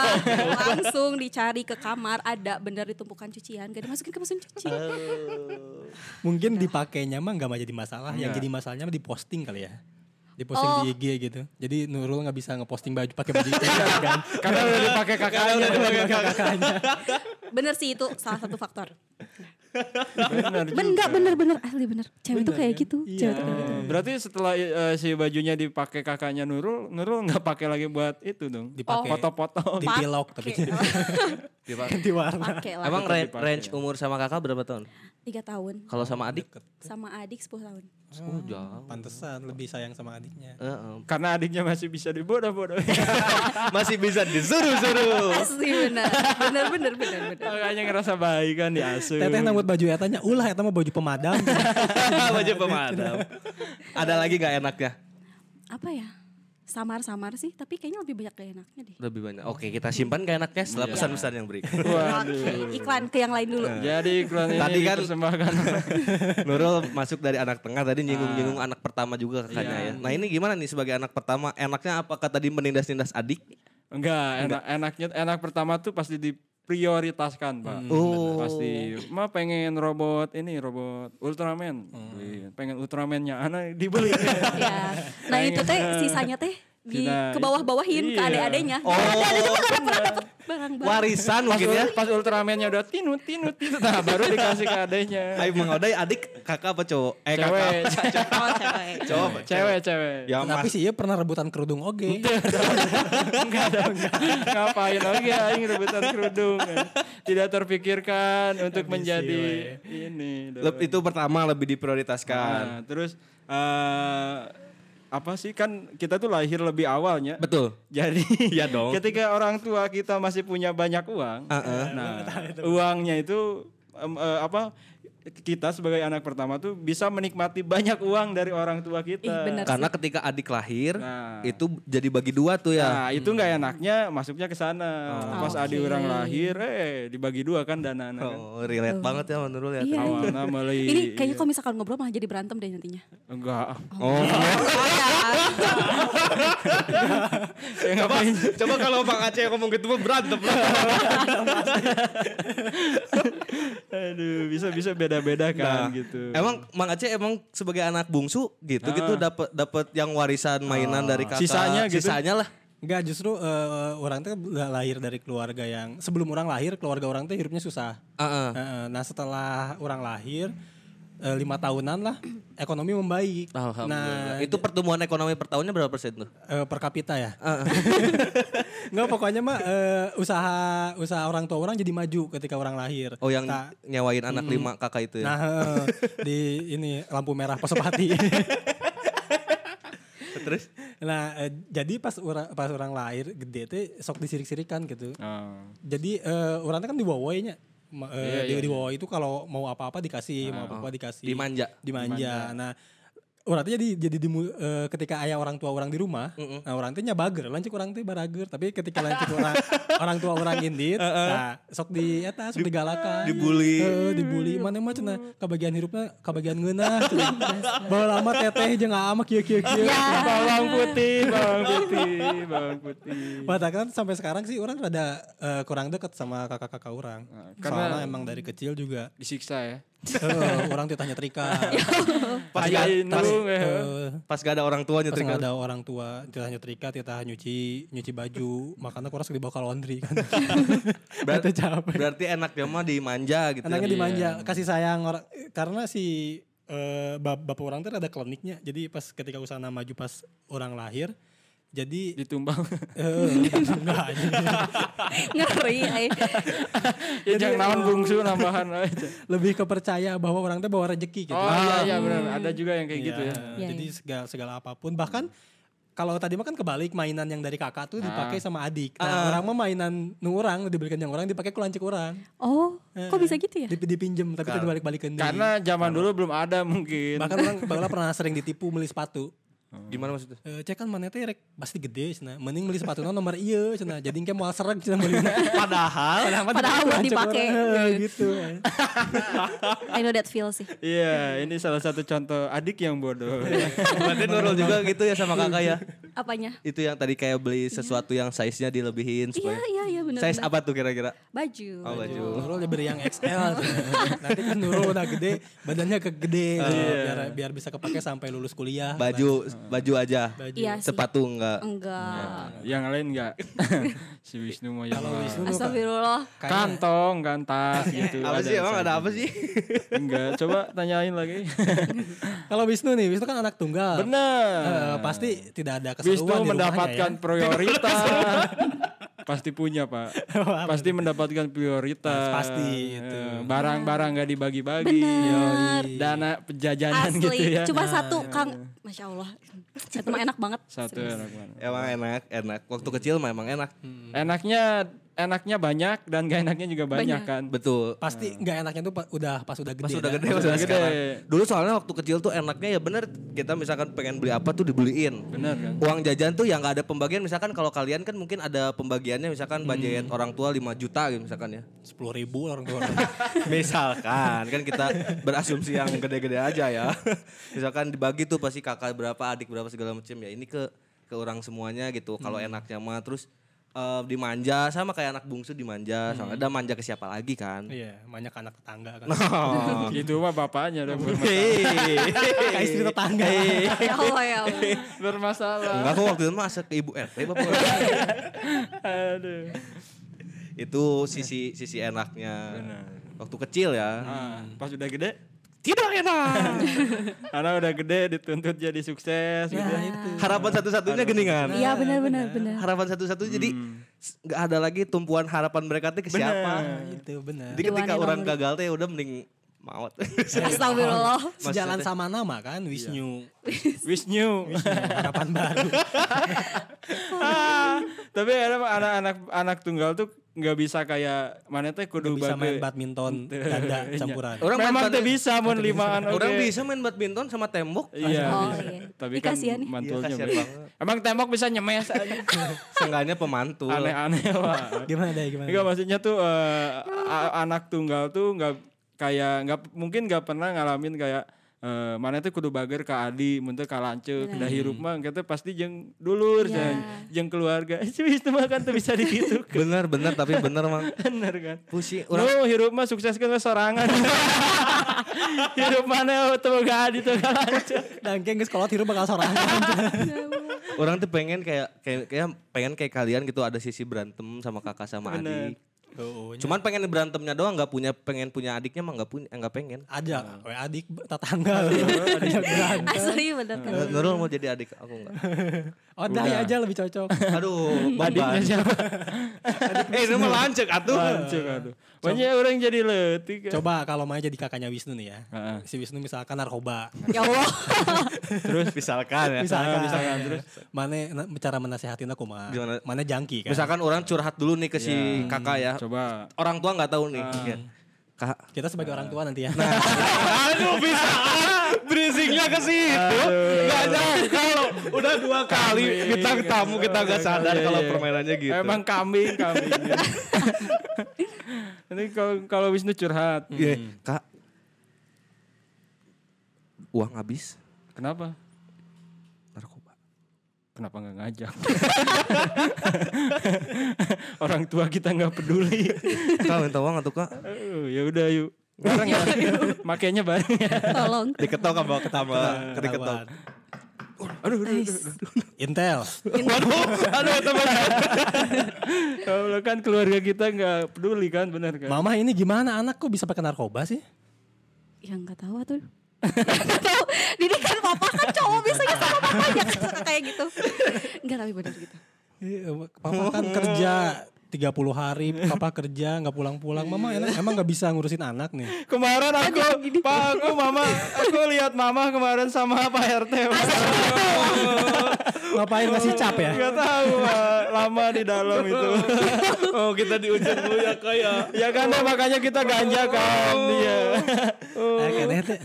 Speaker 4: langsung dicari ke kamar ada bener di tumpukan cucian gak dimasukin ke mesin cuci
Speaker 2: Mungkin dipakainya mah nggak jadi masalah. Yang
Speaker 1: Iya.
Speaker 2: jadi masalahnya mah diposting kali ya. Diposting
Speaker 4: Oh.
Speaker 2: di IG gitu. Jadi Nurul nggak bisa ngeposting baju pakai baju itu kan.
Speaker 1: Karena udah dipakai kakaknya.
Speaker 2: kakaknya.
Speaker 4: bener sih itu salah satu faktor
Speaker 1: Bener
Speaker 4: ben nggak bener bener asli bener cewek tuh kayak gitu cewek tuh kayak gitu
Speaker 1: Hmm, Berarti setelah eh, si bajunya dipakai kakaknya Nurul, Nurul nggak pakai lagi buat itu dong. Oh,
Speaker 2: Dipakai.
Speaker 1: foto-foto.
Speaker 2: Dipilok tapi
Speaker 4: [LAUGHS]
Speaker 2: [LAUGHS]
Speaker 4: Pakai.
Speaker 3: Dipakai.
Speaker 2: ganti warna.
Speaker 4: pakai lah
Speaker 3: Emang
Speaker 1: tetap
Speaker 3: ra-
Speaker 1: dipakai.
Speaker 3: range umur sama kakak berapa tahun?
Speaker 4: tiga tahun
Speaker 3: Kalau sama adik?
Speaker 4: sama adik 10 tahun
Speaker 3: Oh, jauh.
Speaker 2: Pantesan lebih sayang sama adiknya.
Speaker 3: Eh, eh.
Speaker 1: Karena adiknya masih bisa [LAUGHS] dibodoh-bodohin.
Speaker 3: Masih bisa disuruh-suruh.
Speaker 4: asli bener bener bener bener bener
Speaker 1: Makanya ngerasa baik kan diasuh.
Speaker 2: Teteh nambut baju etanya, ulah eta mah baju pemadam.
Speaker 3: [LAUGHS] Baju pemadam. Ada lagi gak enaknya?
Speaker 4: apa ya samar-samar sih tapi kayaknya lebih banyak gak enaknya deh
Speaker 3: Lebih banyak. Oke, kita simpan gak enaknya setelah pesan-pesan yang berikut.
Speaker 1: Waduh. Iya.
Speaker 4: Oke, iklan ke yang lain dulu
Speaker 1: Jadi iklan ini
Speaker 3: Tadi kan-
Speaker 1: dipersembahkan.
Speaker 3: [LAUGHS] Nurul masuk dari anak tengah tadi nyinggung-nyinggung anak pertama juga kakaknya ya. Nah ini gimana nih sebagai anak pertama? Enaknya apakah tadi menindas-nindas adik?
Speaker 1: Enggak, enak enaknya enak pertama tuh pasti diprioritaskan, Pak.
Speaker 3: Oh.
Speaker 1: Pasti mah pengen robot ini robot Ultraman.
Speaker 3: Hmm.
Speaker 1: Beliin. Pengen Ultramannya anak
Speaker 3: [LAUGHS]
Speaker 1: dibeli.
Speaker 4: ya nah itu teh sisanya teh di
Speaker 1: Sisa
Speaker 4: ke bawah-bawahin
Speaker 1: itu.
Speaker 4: ke
Speaker 1: Iya.
Speaker 4: adek-adeknya
Speaker 3: Oh.
Speaker 4: adek-adeknya tuh gak ada kan pernah dapet barang-barang
Speaker 3: Warisan
Speaker 1: Pas,
Speaker 3: mungkin ya?
Speaker 1: pas Ultramannya udah tinut tinut tinut nah baru dikasih ke adeknya.
Speaker 3: Ayo mengodai adik kakak apa cowok? Eh kakak
Speaker 1: Cewek,
Speaker 3: apa?
Speaker 4: Oh, cewek.
Speaker 3: Cowok apa?
Speaker 1: cewek, cewek.
Speaker 3: Ya
Speaker 2: Tapi
Speaker 3: mas.
Speaker 2: sih iya pernah rebutan kerudung oge.
Speaker 1: [LAUGHS] Enggak dong. Ngapain lagi aing rebutan kerudung. Tidak terpikirkan untuk menjadi ini. dong.
Speaker 3: Leb- Itu pertama lebih
Speaker 1: Nah,
Speaker 3: diprioritaskan.
Speaker 1: terus eh apa sih kan kita tuh lahir lebih awalnya.
Speaker 3: Ah. Betul.
Speaker 1: Jadi
Speaker 3: Iya dong.
Speaker 1: Ketika orang tua kita masih punya banyak uang, nah uangnya itu em, eh, apa kita sebagai anak pertama tuh bisa menikmati banyak uang dari orang tua kita.
Speaker 4: Ih bener
Speaker 3: Karena ketika adik lahir
Speaker 1: Nah.
Speaker 3: itu jadi bagi dua tuh ya.
Speaker 1: Nah, itu nggak enaknya masuknya ke sana.
Speaker 3: Oh,
Speaker 1: Pas adi orang lahir, eh dibagi dua kan dana kan.
Speaker 3: Oh, relate banget ya menurut ya.
Speaker 4: Iya.
Speaker 1: Awalnya meuli-
Speaker 4: [LAUGHS] Ini kayaknya kalau misalkan ngobrol malah jadi berantem deh nantinya
Speaker 1: enggak. [LAUGHS]
Speaker 3: Oh.
Speaker 1: Oh. Ya,
Speaker 3: Coba,
Speaker 1: ngapain?
Speaker 3: coba kalau Bang Aceh ngomong gitu mah berantem lah.
Speaker 1: Aduh, bisa-bisa beda-beda
Speaker 3: Nah,
Speaker 1: kan gitu.
Speaker 3: Emang Mang Aceh emang sebagai anak bungsu gitu gitu dapat dapat yang warisan mainan dari kakak.
Speaker 1: Sisanya gitu.
Speaker 3: Oh. Sisanya lah.
Speaker 2: Enggak justru eh, orang teh lahir dari keluarga yang sebelum orang lahir keluarga orang teh hidupnya susah.
Speaker 3: Heeh.
Speaker 2: Heeh, Nah setelah orang lahir eh, lima tahunan lah ekonomi membaik.
Speaker 3: Alhamdulillah.
Speaker 2: Nah
Speaker 3: itu pertumbuhan ekonomi per tahunnya berapa persen tuh?
Speaker 2: eh, per kapita ya.
Speaker 3: Ah,
Speaker 2: [LAUGHS] Enggak pokoknya mah eh, usaha usaha orang tua orang jadi maju ketika orang lahir.
Speaker 3: Oh yang
Speaker 2: Nah,
Speaker 3: nyewain anak lima kakak itu ya.
Speaker 2: Nah, eh, di ini lampu merah Pasopati.
Speaker 3: Terus?
Speaker 2: [LAUGHS] Nah, eh, jadi pas orang pas orang lahir gede teh sok disirik-sirikan gitu.
Speaker 1: Oh.
Speaker 2: Jadi eh orang teh kan diwowoynya. Ma- eh,
Speaker 1: Iya,
Speaker 2: di
Speaker 1: iya,
Speaker 2: di wowoi itu kalau mau apa-apa dikasih, mau apa-apa dikasih.
Speaker 3: Dimanja.
Speaker 2: Dimanja. Nah, orang teh jadi jadi dimu- eh, ketika ayah orang tua orang di rumah, nah orang teh nya bager, lanjut orang teh barager, tapi ketika lanjut orang orang tua orang indit, nah sok di eta sok digalakan.
Speaker 3: dibully.
Speaker 2: Heeh, dibully. Mana mah cenah kabagian hirupna kabagian ngeunah. cenah. Bawa lama teteh jeung ama kieu kieu kieu.
Speaker 1: Bawang putih, bawang putih, bawang putih.
Speaker 2: Padahal kan sampai sekarang sih orang rada eh, kurang deket sama kakak-kakak orang.
Speaker 1: karena-
Speaker 2: Karena emang dari kecil juga
Speaker 1: Disiksa ya.
Speaker 2: eh, orang titanya trika.
Speaker 3: Pas
Speaker 1: Ayah
Speaker 3: gak, pas,
Speaker 1: Indung ya.
Speaker 3: pas gak ada orang tuanya
Speaker 2: Terus
Speaker 3: tuh.
Speaker 2: nggak ada orang tua titanya trika, titah nyuci, nyuci baju. Makanya kurang suka dibawa ke laundry kan. Berarti capek.
Speaker 3: Berarti enaknya mah dimanja gitu.
Speaker 2: Anaknya dimanja, kasih sayang orang karena si eh, bap- bapak orang tuh ada kliniknya. Jadi pas ketika usaha maju pas orang lahir, jadi
Speaker 1: Ditumbang.
Speaker 2: eh, [LAUGHS] enggak aja.
Speaker 4: [LAUGHS] Ngeri. eh. ai.
Speaker 1: [LAUGHS] ya jangan naon bungsu nambahan
Speaker 3: [LAUGHS]
Speaker 1: aja.
Speaker 3: Gitu.
Speaker 2: Lebih kepercaya bahwa orang tuh bawa rezeki gitu.
Speaker 1: Oh iya iya
Speaker 3: Hmm.
Speaker 1: benar, ada juga yang kayak gitu ya.
Speaker 4: Iya,
Speaker 2: Jadi segala segala apapun bahkan kalau tadi mah kan kebalik mainan yang dari kakak tuh dipakai
Speaker 3: Ah.
Speaker 2: sama adik. Nah, orang mah mainan nu orang dibelikan yang orang dipakai ku lancik orang.
Speaker 4: Oh, kok bisa
Speaker 1: [LAUGHS]
Speaker 4: gitu ya?
Speaker 2: Dip- dipinjem tapi tuh dibalik-balikan deui.
Speaker 1: Karena zaman dulu belum ada mungkin.
Speaker 2: bahkan orang bahkan pernah sering ditipu beli sepatu.
Speaker 3: Oh. Gimana maksudnya?
Speaker 2: Eh, cek kan mana teh rek pasti gede cenah. Mending beli sepatu nomor ieu cenah. Jadi engke moal sereg cenah nah, beli.
Speaker 3: [LAUGHS] Padahal
Speaker 4: Padahal buat
Speaker 2: Lancip
Speaker 4: dipakai.
Speaker 2: orang, eh, gitu.
Speaker 4: I know that feel sih.
Speaker 1: Iya, ini salah satu contoh adik yang
Speaker 3: [LAUGHS]
Speaker 1: bodoh. [LAUGHS]
Speaker 3: berarti Nurul juga gitu ya sama kakak ya.
Speaker 4: Apanya?
Speaker 3: Itu yang tadi kayak beli sesuatu yang size-nya dilebihin
Speaker 4: Iya,
Speaker 3: supaya.
Speaker 4: iya, iya benar.
Speaker 3: Size apa tuh kira-kira?
Speaker 4: Baju.
Speaker 3: Oh, baju.
Speaker 2: Nurul dia beri yang XL. cenah. Nanti kan Nurul udah gede, badannya kegede
Speaker 3: Iya.
Speaker 2: cenah. biar biar bisa kepake sampai lulus kuliah.
Speaker 3: Baju baju aja.
Speaker 2: Baju.
Speaker 4: Iya sih.
Speaker 3: Sepatu enggak.
Speaker 4: Enggak.
Speaker 1: yang lain enggak? [LAUGHS] si Wisnu mau yang
Speaker 2: Kalau
Speaker 1: lain.
Speaker 2: Wisnu
Speaker 4: Astagfirullah.
Speaker 1: kantong, kantas gitu.
Speaker 3: Apa sih emang
Speaker 1: saja.
Speaker 3: ada apa sih?
Speaker 1: Enggak, coba tanyain lagi. [LAUGHS]
Speaker 2: Kalau Wisnu nih, Wisnu kan anak tunggal.
Speaker 1: Benar.
Speaker 2: Eh, pasti tidak ada keseruan
Speaker 1: Wisnu
Speaker 2: di rumahnya
Speaker 1: mendapatkan
Speaker 2: ya.
Speaker 1: prioritas. [LAUGHS] pasti punya pak. pasti mendapatkan prioritas.
Speaker 2: Pasti, itu.
Speaker 1: Eh, Barang-barang gak dibagi-bagi. Yoi. Dana penjajanan
Speaker 4: Asli.
Speaker 1: gitu ya.
Speaker 4: Cuma satu, Kang. Masya Allah. Itu mah enak banget.
Speaker 1: Satu enak banget.
Speaker 3: Emang enak, enak. Waktu kecil mah emang enak.
Speaker 1: Hmm. Enaknya enaknya banyak dan gak enaknya juga banyak,
Speaker 4: Banyak.
Speaker 1: kan.
Speaker 3: Betul.
Speaker 2: Pasti nggak enaknya tuh pa- udah pas udah gede. kan.
Speaker 3: Pas udah
Speaker 2: dah.
Speaker 3: gede, pas udah
Speaker 1: gede.
Speaker 3: sekarang. Dulu soalnya waktu kecil tuh enaknya ya bener kita misalkan pengen beli apa tuh dibeliin.
Speaker 1: Benar kan.
Speaker 3: Uang jajan tuh yang nggak ada pembagian misalkan kalau kalian kan mungkin ada pembagiannya misalkan budget orang tua 5 juta gitu misalkan ya.
Speaker 2: Sepuluh ribu orang tua.
Speaker 3: Misalkan kan [LAUGHS] kita berasumsi yang gede-gede aja ya. [LAUGHS] Misalkan dibagi tuh pasti kakak berapa, adik berapa segala macam ya. Ini ke ke orang semuanya gitu. Kalau enaknya mah terus eh, dimanja sama kayak anak bungsu dimanja. Soalnya ada manja ke siapa lagi kan?
Speaker 2: Iya, banyak anak tetangga kan.
Speaker 3: Oh.
Speaker 1: Itu Gitu mah bapaknya [LAUGHS] dong bermasalah.
Speaker 2: Kayak istri tetangga.
Speaker 4: Ya Allah, ya Allah.
Speaker 1: bermasalah.
Speaker 3: Enggak kok waktu itu mah asa ke ibu RT bapak.
Speaker 1: Aduh.
Speaker 3: itu sisi sisi enaknya. Waktu kecil ya.
Speaker 1: Ah, pas udah gede, [LAUGHS]
Speaker 3: Tidak enak.
Speaker 1: anak udah gede dituntut jadi sukses gitu. ya.
Speaker 3: Harapan satu-satunya geningan.
Speaker 4: Iya benar benar benar.
Speaker 3: harapan satu-satu jadi s- nggak ada lagi tumpuan harapan mereka tuh ke siapa.
Speaker 2: Nah, itu benar.
Speaker 3: Jadi ketika
Speaker 4: Diwarnai
Speaker 3: orang
Speaker 4: banget.
Speaker 3: gagal teh udah mending maut.
Speaker 4: Astagfirullah.
Speaker 2: Sejalan sama nama kan, Wisnu.
Speaker 1: Wisnu.
Speaker 2: Harapan baru.
Speaker 1: [LAUGHS] Tapi ada anak-anak anak tunggal tuh nggak bisa kayak mana teh kudu
Speaker 2: Bisa main
Speaker 1: bage.
Speaker 2: badminton danda campuran.
Speaker 3: Orang main
Speaker 1: Memang
Speaker 3: bad-
Speaker 1: teh bisa mun limaan oge.
Speaker 3: Orang bisa main badminton sama tembok.
Speaker 1: Iya.
Speaker 4: Oh,
Speaker 1: bisa.
Speaker 4: iya.
Speaker 1: Tapi
Speaker 4: Ih,
Speaker 1: kan
Speaker 4: kasihan ya.
Speaker 1: mantulnya.
Speaker 3: Iya, kasihan
Speaker 1: beda.
Speaker 3: banget.
Speaker 1: Emang tembok bisa nyemes
Speaker 3: [LAUGHS]
Speaker 1: aja.
Speaker 3: Seenggaknya pemantul.
Speaker 1: Aneh-aneh
Speaker 3: Iya,
Speaker 1: lah.
Speaker 2: Gimana deh, gimana?
Speaker 1: Enggak maksudnya tuh eh, a- anak tunggal tuh nggak kayak nggak mungkin nggak pernah ngalamin kayak eh, mana tuh kudu bager ke Adi, muntah ke lanceuk, dah
Speaker 3: Hmm.
Speaker 1: hirup mah kita pasti jeung dulur
Speaker 4: Iya.
Speaker 1: jeung jeung keluarga. [LAUGHS] Sih itu mah kan tuh bisa dikitu.
Speaker 3: Bener bener tapi bener mang.
Speaker 1: Bener kan?
Speaker 3: Pusing. Orang
Speaker 1: Orang hirup mah sukses kan sorangan. hirup mana tuh gak ada tuh kan? gak lancar.
Speaker 2: Dan kayak sekolah tiru bakal [LAUGHS] sorangan.
Speaker 3: orang tuh pengen kayak kayak kayak- pengen kayak kalian gitu ada sisi berantem sama kakak sama adik.
Speaker 2: Oh, oh,
Speaker 3: Cuman pengen berantemnya doang nggak punya pengen punya adiknya mah nggak punya nggak pengen.
Speaker 2: Ada, we adik tetangga.
Speaker 1: Iya.
Speaker 2: Ajak berantem.
Speaker 4: Asli benar kan.
Speaker 3: Nurul mau jadi adik aku nggak.
Speaker 2: Oh, Dai aja lebih cocok.
Speaker 3: [LAUGHS] Aduh, beban. [LAUGHS]
Speaker 1: Adiknya siapa?
Speaker 3: eh, ini mah lancek atuh.
Speaker 1: Lancar aduh. Banyak orang jadi letih. kan.
Speaker 2: Coba kalau Maya jadi kakaknya Wisnu nih ya.
Speaker 1: Heeh.
Speaker 2: Si Wisnu misalkan narkoba.
Speaker 4: Ya Allah.
Speaker 3: Terus misalkan ya.
Speaker 2: misalkan,
Speaker 1: misalkan, terus?
Speaker 2: Mana Iya. na- cara menasehatin aku mah?
Speaker 3: Gimana?
Speaker 2: Mana jangki kan?
Speaker 3: Misalkan orang curhat dulu nih ke si kakak ya.
Speaker 1: Coba.
Speaker 3: Orang tua nggak tahu nih. Ya. Kak, [LAUGHS]
Speaker 2: Kita sebagai orang tua nanti ya.
Speaker 3: Aduh bisa Brisingnya ke situ Gak nyangka loh Udah dua kali bintang tamu kita gak sadar
Speaker 1: Iya,
Speaker 3: Kalau
Speaker 1: iya.
Speaker 3: permainannya gitu
Speaker 1: Emang kambing, kambing. Nanti kalau kalau Wisnu curhat.
Speaker 3: Iya, Kak Uang habis
Speaker 1: Kenapa?
Speaker 3: [LAUGHS] Narkoba
Speaker 1: Kenapa nggak ngajak? [LAUGHS] orang tua kita nggak peduli.
Speaker 3: Kak minta uang atau kak
Speaker 1: Eh, ya udah yuk. Orang ya, makainya
Speaker 4: [LAUGHS]
Speaker 1: banyak.
Speaker 4: Tolong.
Speaker 3: Diketok sama ketama Diketok
Speaker 2: Ketahuan. Intel.
Speaker 3: Waduh Aduh teman
Speaker 1: Kalau kan keluarga kita nggak peduli kan, benar kan?
Speaker 2: Mama ini gimana anak kok bisa pakai narkoba sih?
Speaker 4: Ya nggak tahu tuh. Nggak tahu. Didi kan papa kan cowok biasanya sama papanya kan suka kayak gitu. Enggak tapi benar gitu.
Speaker 2: Iya, Papa kan kerja 30 hari, papa kerja nggak pulang-pulang. Mama enak, emang nggak bisa ngurusin anak nih.
Speaker 1: Kemarin aku, Pak, aku mama, aku lihat mama kemarin sama Pak RT. Pak.
Speaker 2: Ngapain ngasih cap ya?
Speaker 1: Gak tahu Pak. lama di dalam itu.
Speaker 3: Oh kita diujian dulu ya kak ya
Speaker 1: ya kan ya, makanya kita ganja kan dia.
Speaker 2: Eh, kayaknya teh.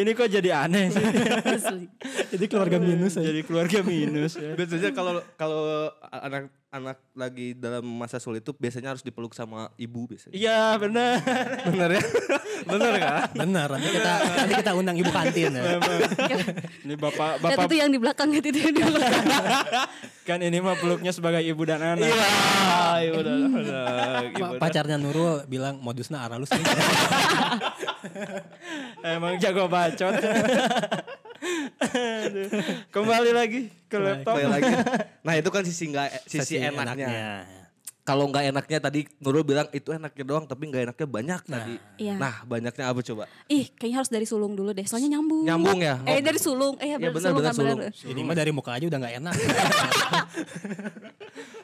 Speaker 1: Ini kok jadi aneh sih.
Speaker 4: Asli.
Speaker 2: Jadi keluarga minus aja.
Speaker 1: jadi keluarga minus ya.
Speaker 3: [LAUGHS] Biasanya kalau kalau anak anak lagi dalam masa sulit itu biasanya harus dipeluk sama ibu biasanya.
Speaker 1: Iya benar.
Speaker 3: Bener ya? Bener kan?
Speaker 2: Benar, nanti kita nanti kita undang ibu kantin ya.
Speaker 1: Ini bapak
Speaker 4: Dan
Speaker 1: bapak
Speaker 4: itu yang di belakang gitu itu yang di belakang.
Speaker 1: kan ini mah peluknya sebagai ibu dan anak. Iya.
Speaker 3: udah, udah.
Speaker 2: Pa- Pacarnya Nurul bilang modusnya aralus nih.
Speaker 1: Emang jago bacot. Aduh. Kembali lagi ke laptop.
Speaker 3: Kembali [LAUGHS] lagi. Nah itu kan sisi nggak sisi enaknya. Kalau nggak enaknya tadi Nurul bilang itu enaknya doang tapi nggak enaknya banyak tadi.
Speaker 4: Iya.
Speaker 3: Nah banyaknya apa coba?
Speaker 4: Ih, kayaknya harus dari sulung dulu deh. Soalnya nyambung.
Speaker 3: Nyambung ya?
Speaker 4: Eh, dari sulung. Eh, ya,
Speaker 3: Ya, benar,
Speaker 4: bener, sulung
Speaker 3: benar,
Speaker 4: kan benar.
Speaker 3: sulung.
Speaker 2: Ini mah dari muka aja udah nggak enak.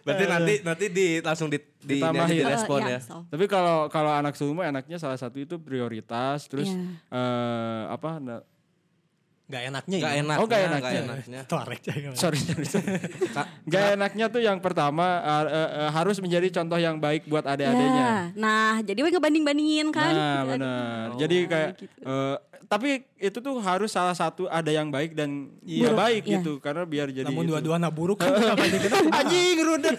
Speaker 3: Berarti nanti nanti di langsung di, di,
Speaker 1: Ditambahin.
Speaker 3: aja
Speaker 1: Di
Speaker 4: Eh,
Speaker 3: direspon ya.
Speaker 4: so.
Speaker 1: Tapi kalau kalau anak sulung mah enaknya salah satu itu prioritas terus
Speaker 4: Iya.
Speaker 1: eh, apa na-
Speaker 2: Nggak enaknya
Speaker 3: Nggak
Speaker 2: ya.
Speaker 3: enaknya.
Speaker 1: Oh, nggak
Speaker 3: nggak
Speaker 1: enaknya.
Speaker 3: enaknya.
Speaker 2: Torek aja.
Speaker 1: sorry sorry. sorry. Nggak enaknya tuh yang pertama eh, eh, eh, harus menjadi contoh yang baik buat adik-adiknya.
Speaker 4: Ya. Nah, jadi gue ngebanding-bandingin kan.
Speaker 1: Iya, Nah,
Speaker 4: Aduh.
Speaker 1: benar. Jadi kayak eh, tapi itu tuh harus salah satu ada yang baik dan nggak
Speaker 4: Buruk,
Speaker 1: baik
Speaker 4: iya.
Speaker 1: gitu karena biar jadi
Speaker 2: Namun
Speaker 1: itu.
Speaker 2: dua-duanya buruk kan apa ini kita
Speaker 1: anjing rudet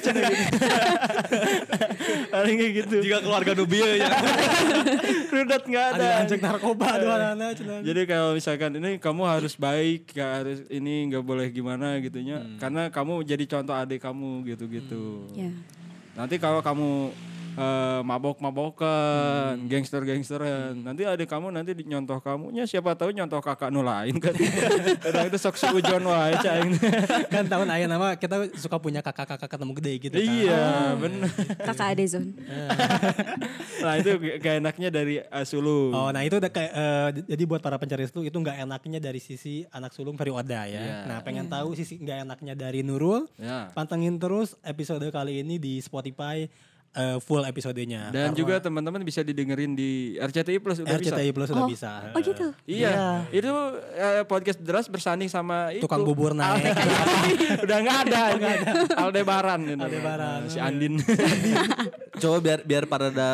Speaker 1: paling kayak gitu
Speaker 3: Jika keluarga Nubia ya.
Speaker 1: rudet nggak ada
Speaker 2: ada anjing narkoba dua anak cuman.
Speaker 1: jadi kalau misalkan ini kamu harus baik nggak harus ini nggak boleh gimana gitunya karena kamu jadi contoh adik kamu gitu gitu
Speaker 4: Ya.
Speaker 1: nanti kalau kamu eh, mabok-mabokan, gangster-gangsteran. Nanti adik kamu nanti di- nyontoh kamunya siapa tahu nyontoh kakak nu lain kan. Kadang itu sok seujon wae caing.
Speaker 2: kan tahun ayah nama kita suka punya kakak-kakak ketemu gede gitu kan.
Speaker 1: Iya, benar.
Speaker 4: Kakak Adezon.
Speaker 1: Nah, itu gak enaknya dari eh, sulung.
Speaker 2: Oh, nah itu udah kayak eh, j- jadi buat para pencari itu itu nggak enaknya dari sisi anak sulung Ferioda ya. Nah, pengen
Speaker 4: Iya.
Speaker 2: tahu sisi nggak enaknya dari Nurul?
Speaker 1: Ya.
Speaker 2: Pantengin terus episode kali ini di Spotify eh, full episodenya.
Speaker 1: Dan juga teman-teman bisa didengerin di RCTI Plus udah bisa.
Speaker 2: RCTI Plus sudah
Speaker 4: Oh,
Speaker 2: bisa.
Speaker 4: Oh gitu.
Speaker 1: Iya, itu eh, podcast deras bersanding sama itu.
Speaker 4: gitu.
Speaker 1: gitu.
Speaker 2: Tukang bubur nah,
Speaker 4: Ah,
Speaker 2: naik.
Speaker 1: [LAUGHS] udah nggak ada, ini. Aldebaran ini.
Speaker 2: Aldebaran.
Speaker 1: Si Andin. [LAUGHS]
Speaker 3: Coba biar biar pada ada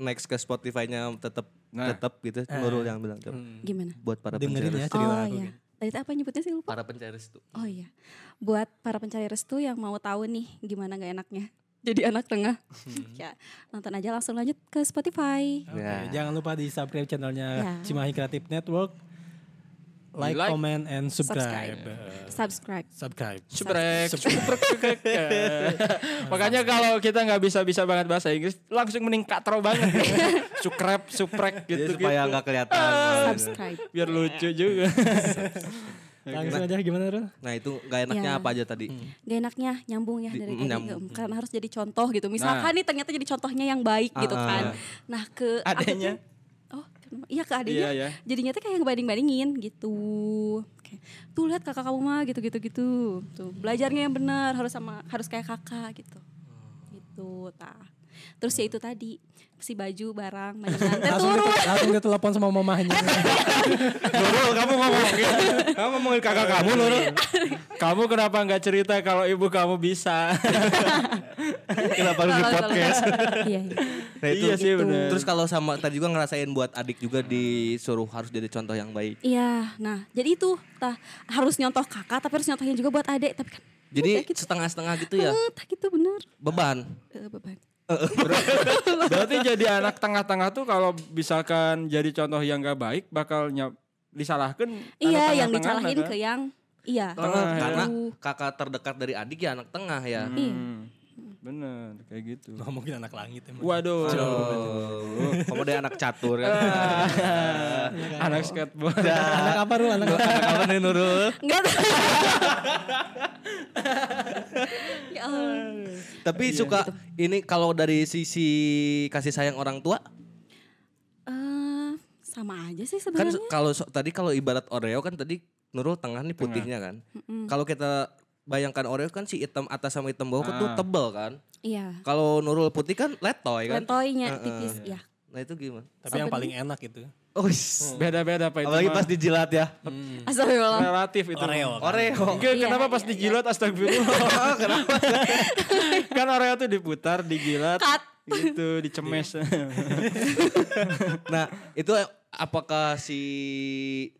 Speaker 3: next ke Spotify-nya tetap
Speaker 1: Nah.
Speaker 3: tetap gitu Nurul yang bilang coba.
Speaker 4: Gimana?
Speaker 3: Buat
Speaker 2: Eh.
Speaker 3: para
Speaker 2: Hmm. Dengerin
Speaker 3: pencari
Speaker 2: ya cerita
Speaker 4: Oh
Speaker 2: aku.
Speaker 4: iya. Tadi tuh apa nyebutnya sih lupa?
Speaker 3: para pencari itu.
Speaker 4: Oh iya. Buat para pencari restu yang mau tahu nih gimana gak enaknya [LAUGHS] jadi anak tengah. [LAUGHS] ya, nonton aja langsung lanjut ke Spotify.
Speaker 2: Oke,
Speaker 3: Ya. Nah.
Speaker 2: Jangan lupa di subscribe channelnya
Speaker 4: Ya.
Speaker 2: Cimahi Creative Network. Like,
Speaker 1: Like,
Speaker 2: comment, and subscribe.
Speaker 4: subscribe.
Speaker 2: Eh,
Speaker 4: Subscribe.
Speaker 2: Subscribe.
Speaker 1: Subrek, subrek, [LAUGHS] subrek. Ya. Makanya kalau kita nggak bisa bisa banget bahasa Inggris, langsung meningkat terlalu [LAUGHS] banget. Sukrep, suprek
Speaker 3: Jadi
Speaker 1: gitu
Speaker 3: supaya
Speaker 1: gitu.
Speaker 3: nggak kelihatan.
Speaker 2: Ah.
Speaker 4: Subscribe.
Speaker 1: Biar lucu juga.
Speaker 2: Langsung aja gimana Rul?
Speaker 3: Nah itu nggak enaknya
Speaker 2: Iya.
Speaker 4: Ya.
Speaker 3: apa aja tadi?
Speaker 2: Hmm.
Speaker 4: Gak enaknya nyambung ya dari
Speaker 3: mm,
Speaker 4: tadi
Speaker 3: nyambung.
Speaker 4: em, karena harus jadi contoh gitu. Misalkan nih ternyata jadi contohnya yang baik gitu
Speaker 3: Ah, ah,
Speaker 4: kan.
Speaker 3: ah.
Speaker 4: Nah ke aku
Speaker 1: Adanya.
Speaker 4: tuh- Oh kenapa? iya ke adanya.
Speaker 1: Iya, iya.
Speaker 4: Jadinya tuh kayak ngebanding-bandingin gitu. Kayak, tuh lihat kakak kamu mah gitu-gitu gitu. Tuh belajarnya yang benar harus sama harus kayak kakak gitu. Gitu tah. Terus ya itu tadi si baju barang mainan teh
Speaker 2: langsung,
Speaker 4: turun.
Speaker 2: dite- langsung ditelepon sama
Speaker 3: [LAUGHS]
Speaker 2: mamahnya.
Speaker 1: [LAUGHS] Nurul kamu ngomong gitu. Kamu ngomongin kakak kamu Nurul. Kamu kenapa nggak cerita kalau ibu kamu bisa? [LAUGHS]
Speaker 3: Kenapa harus di
Speaker 4: Kalau- kalau-
Speaker 3: podcast?
Speaker 4: [LAUGHS] Iya, iya.
Speaker 3: Nah, itu.
Speaker 1: Iya sih,
Speaker 3: Itu.
Speaker 1: bener.
Speaker 3: Terus kalau sama tadi juga ngerasain buat adik juga disuruh harus jadi contoh yang baik.
Speaker 4: Iya, nah jadi itu tah harus nyontoh kakak tapi harus nyontohnya juga buat adik tapi kan
Speaker 3: Jadi
Speaker 4: udah
Speaker 2: Iya,
Speaker 4: gitu.
Speaker 3: setengah-setengah gitu ya
Speaker 4: Eh, tah gitu bener
Speaker 3: beban.
Speaker 4: Eh, beban.
Speaker 1: Berarti jadi anak tengah-tengah tuh kalau misalkan jadi contoh yang nggak baik bakal nyap- disalahkan. kan?
Speaker 4: Iya yang dicalahin ke yang iya.
Speaker 1: Tengah, ya.
Speaker 3: Oh, Karena
Speaker 4: Aduh.
Speaker 3: kakak terdekat dari adik ya anak tengah ya.
Speaker 2: Iya.
Speaker 1: Hmm, bener kayak gitu.
Speaker 2: Ngomongin anak langit emang.
Speaker 1: Waduh.
Speaker 3: Oh, kamu dari anak catur kan.
Speaker 1: Ah. anak skateboard.
Speaker 2: Anak apa lu anak?
Speaker 3: Anak apa nih Nurul?
Speaker 4: Enggak. [LAUGHS] ya Allah.
Speaker 3: Tapi suka ini kalau dari sisi kasih sayang orang tua
Speaker 4: Eh, sama aja sih
Speaker 3: kan
Speaker 4: sebenarnya.
Speaker 3: kalau so- tadi kalau ibarat Oreo kan tadi Nurul tengah nih putihnya kan. Kalau kita bayangkan Oreo kan si hitam atas sama hitam bawah tuh
Speaker 1: Ah.
Speaker 3: tebel kan.
Speaker 4: Iya.
Speaker 3: Kalau Nurul putih kan letoy kan.
Speaker 4: Lentoinya
Speaker 3: Heeh.
Speaker 4: tipis ya.
Speaker 3: Nah itu gimana?
Speaker 2: Tapi yang paling enak itu.
Speaker 3: Oh, ish.
Speaker 1: Beda-beda pak Hmm. itu. mah.
Speaker 3: apalagi
Speaker 1: Hmm.
Speaker 3: pas dijilat ya.
Speaker 4: Astagfirullah.
Speaker 1: relatif itu.
Speaker 2: Oreo. kan?
Speaker 1: [LAUGHS]
Speaker 3: Oreo.
Speaker 1: Enggak,
Speaker 4: Iya,
Speaker 1: kenapa
Speaker 4: iya,
Speaker 1: pas
Speaker 4: iya.
Speaker 1: dijilat
Speaker 3: [LAUGHS]
Speaker 1: astagfirullah.
Speaker 3: Oh,
Speaker 1: kenapa? [LAUGHS] kan Oreo tuh diputar, dijilat.
Speaker 4: Cut.
Speaker 1: Gitu, dicemes.
Speaker 3: Nah itu apakah si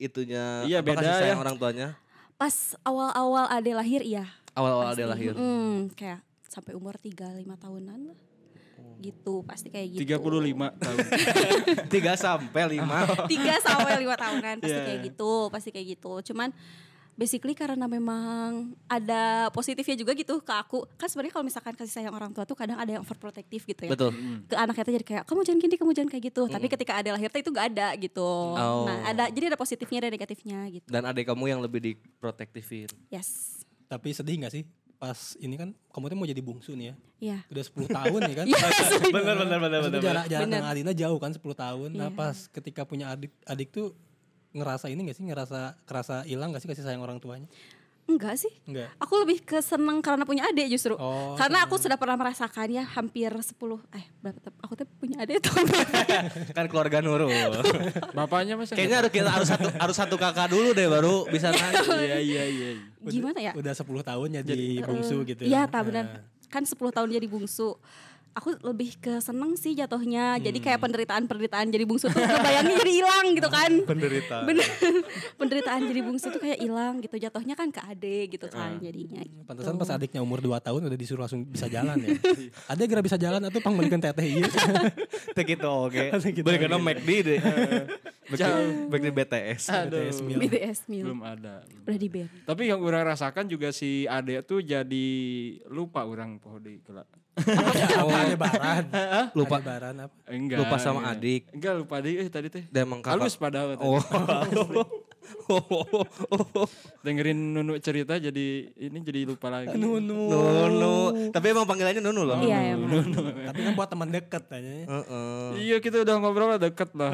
Speaker 3: itunya?
Speaker 1: Iya,
Speaker 3: apakah
Speaker 1: beda
Speaker 3: si sayang
Speaker 1: ya.
Speaker 3: orang tuanya
Speaker 4: Pas awal-awal Ade lahir iya.
Speaker 3: awal-awal dia lahir.
Speaker 4: Hmm, kayak sampai umur 3 5 tahunan lah.
Speaker 3: Oh.
Speaker 4: Gitu, pasti kayak
Speaker 1: [LAUGHS]
Speaker 3: Iya.
Speaker 4: gitu.
Speaker 1: 35 tahun.
Speaker 3: Tiga sampai lima.
Speaker 4: [LAUGHS] 3 sampai 5 tahunan pasti
Speaker 1: Iya.
Speaker 4: kayak gitu, pasti kayak gitu. Cuman basically karena memang ada positifnya juga gitu ke aku. Kan sebenarnya kalau misalkan kasih sayang orang tua tuh kadang ada yang overprotective gitu ya.
Speaker 3: Betul.
Speaker 4: ke anaknya tuh jadi kayak kamu jangan gini kamu jangan kayak gitu tapi ketika ada lahir tuh itu gak ada gitu
Speaker 3: Oh.
Speaker 4: nah ada jadi ada positifnya ada negatifnya gitu
Speaker 3: Dan adik kamu yang lebih diprotektifin.
Speaker 4: yes
Speaker 2: Tapi sedih gak sih? Pas ini kan kamu tuh mau jadi bungsu nih ya.
Speaker 4: Iya
Speaker 2: Udah 10 tahun ya kan?
Speaker 4: Yes.
Speaker 3: Bener bener bener
Speaker 2: Maksudnya jarak jarak
Speaker 4: Bener.
Speaker 2: dengan Adina jauh kan 10 tahun. Nah
Speaker 4: Iya.
Speaker 2: pas ketika punya adik adik tuh ngerasa ini gak sih ngerasa kerasa hilang gak sih kasih sayang orang tuanya?
Speaker 4: enggak sih
Speaker 2: Enggak.
Speaker 4: aku lebih keseneng karena punya adik justru
Speaker 2: Oh,
Speaker 4: karena aku sudah pernah merasakannya hampir 10 eh berapa tuh? aku tuh [LAUGHS] punya adik tahun berapa?
Speaker 3: Kan keluarga Nurul.
Speaker 1: Bapaknya masih
Speaker 3: [LAUGHS] Kayaknya harus kita harus satu harus satu kakak dulu deh baru
Speaker 2: [LAUGHS]
Speaker 3: bisa nangis.
Speaker 1: Iya, iya, iya. iya.
Speaker 4: gimana ya
Speaker 2: Udah 10 tahun ya di bungsu gitu.
Speaker 4: Iya, tak
Speaker 2: Nah,
Speaker 4: benar. Kan 10 tahun jadi bungsu. Aku lebih ke seneng sih jatuhnya. Jadi kayak penderitaan-penderitaan jadi bungsu tuh kebayangnya jadi hilang gitu kan. Penderitaan. Bener. [LAUGHS] penderitaan jadi bungsu tuh kayak hilang gitu. Jatuhnya kan ke ade gitu kan jadinya.
Speaker 2: Pantesan pas adiknya umur 2 tahun udah disuruh langsung bisa jalan
Speaker 3: [LAUGHS]
Speaker 2: ya. Ada gerak bisa jalan atau pang balikan teteh iya. ieu.
Speaker 3: Teu gitu oke.
Speaker 2: Teu gitu,
Speaker 3: Balik
Speaker 2: oke.
Speaker 3: kena McD [LAUGHS] deh. Back di- back di BTS.
Speaker 2: BTS meal.
Speaker 4: BTS meal.
Speaker 1: Belum ada.
Speaker 4: Udah di band.
Speaker 1: Tapi yang orang rasakan juga si Ade tuh jadi lupa orang poho di kelak.
Speaker 2: Apa ada baran?
Speaker 3: Lupa. [LAUGHS]
Speaker 2: Ada baran apa?
Speaker 1: Eh, Enggak.
Speaker 3: Lupa sama
Speaker 1: enggak.
Speaker 3: adik.
Speaker 1: Enggak lupa adik eh tadi teh.
Speaker 3: Dan emang kakak.
Speaker 1: Halus padahal tadi.
Speaker 3: Oh.
Speaker 1: [LAUGHS] Dengerin Nunu cerita jadi ini jadi lupa lagi.
Speaker 3: Nunu. Tapi emang panggilannya Nunu loh.
Speaker 4: Iya emang.
Speaker 2: Tapi kan buat teman ya. dekat
Speaker 3: [LAUGHS]
Speaker 2: tanya.
Speaker 3: Heeh.
Speaker 1: Iya kita udah ngobrol lah deket
Speaker 3: [LAUGHS]
Speaker 1: lah.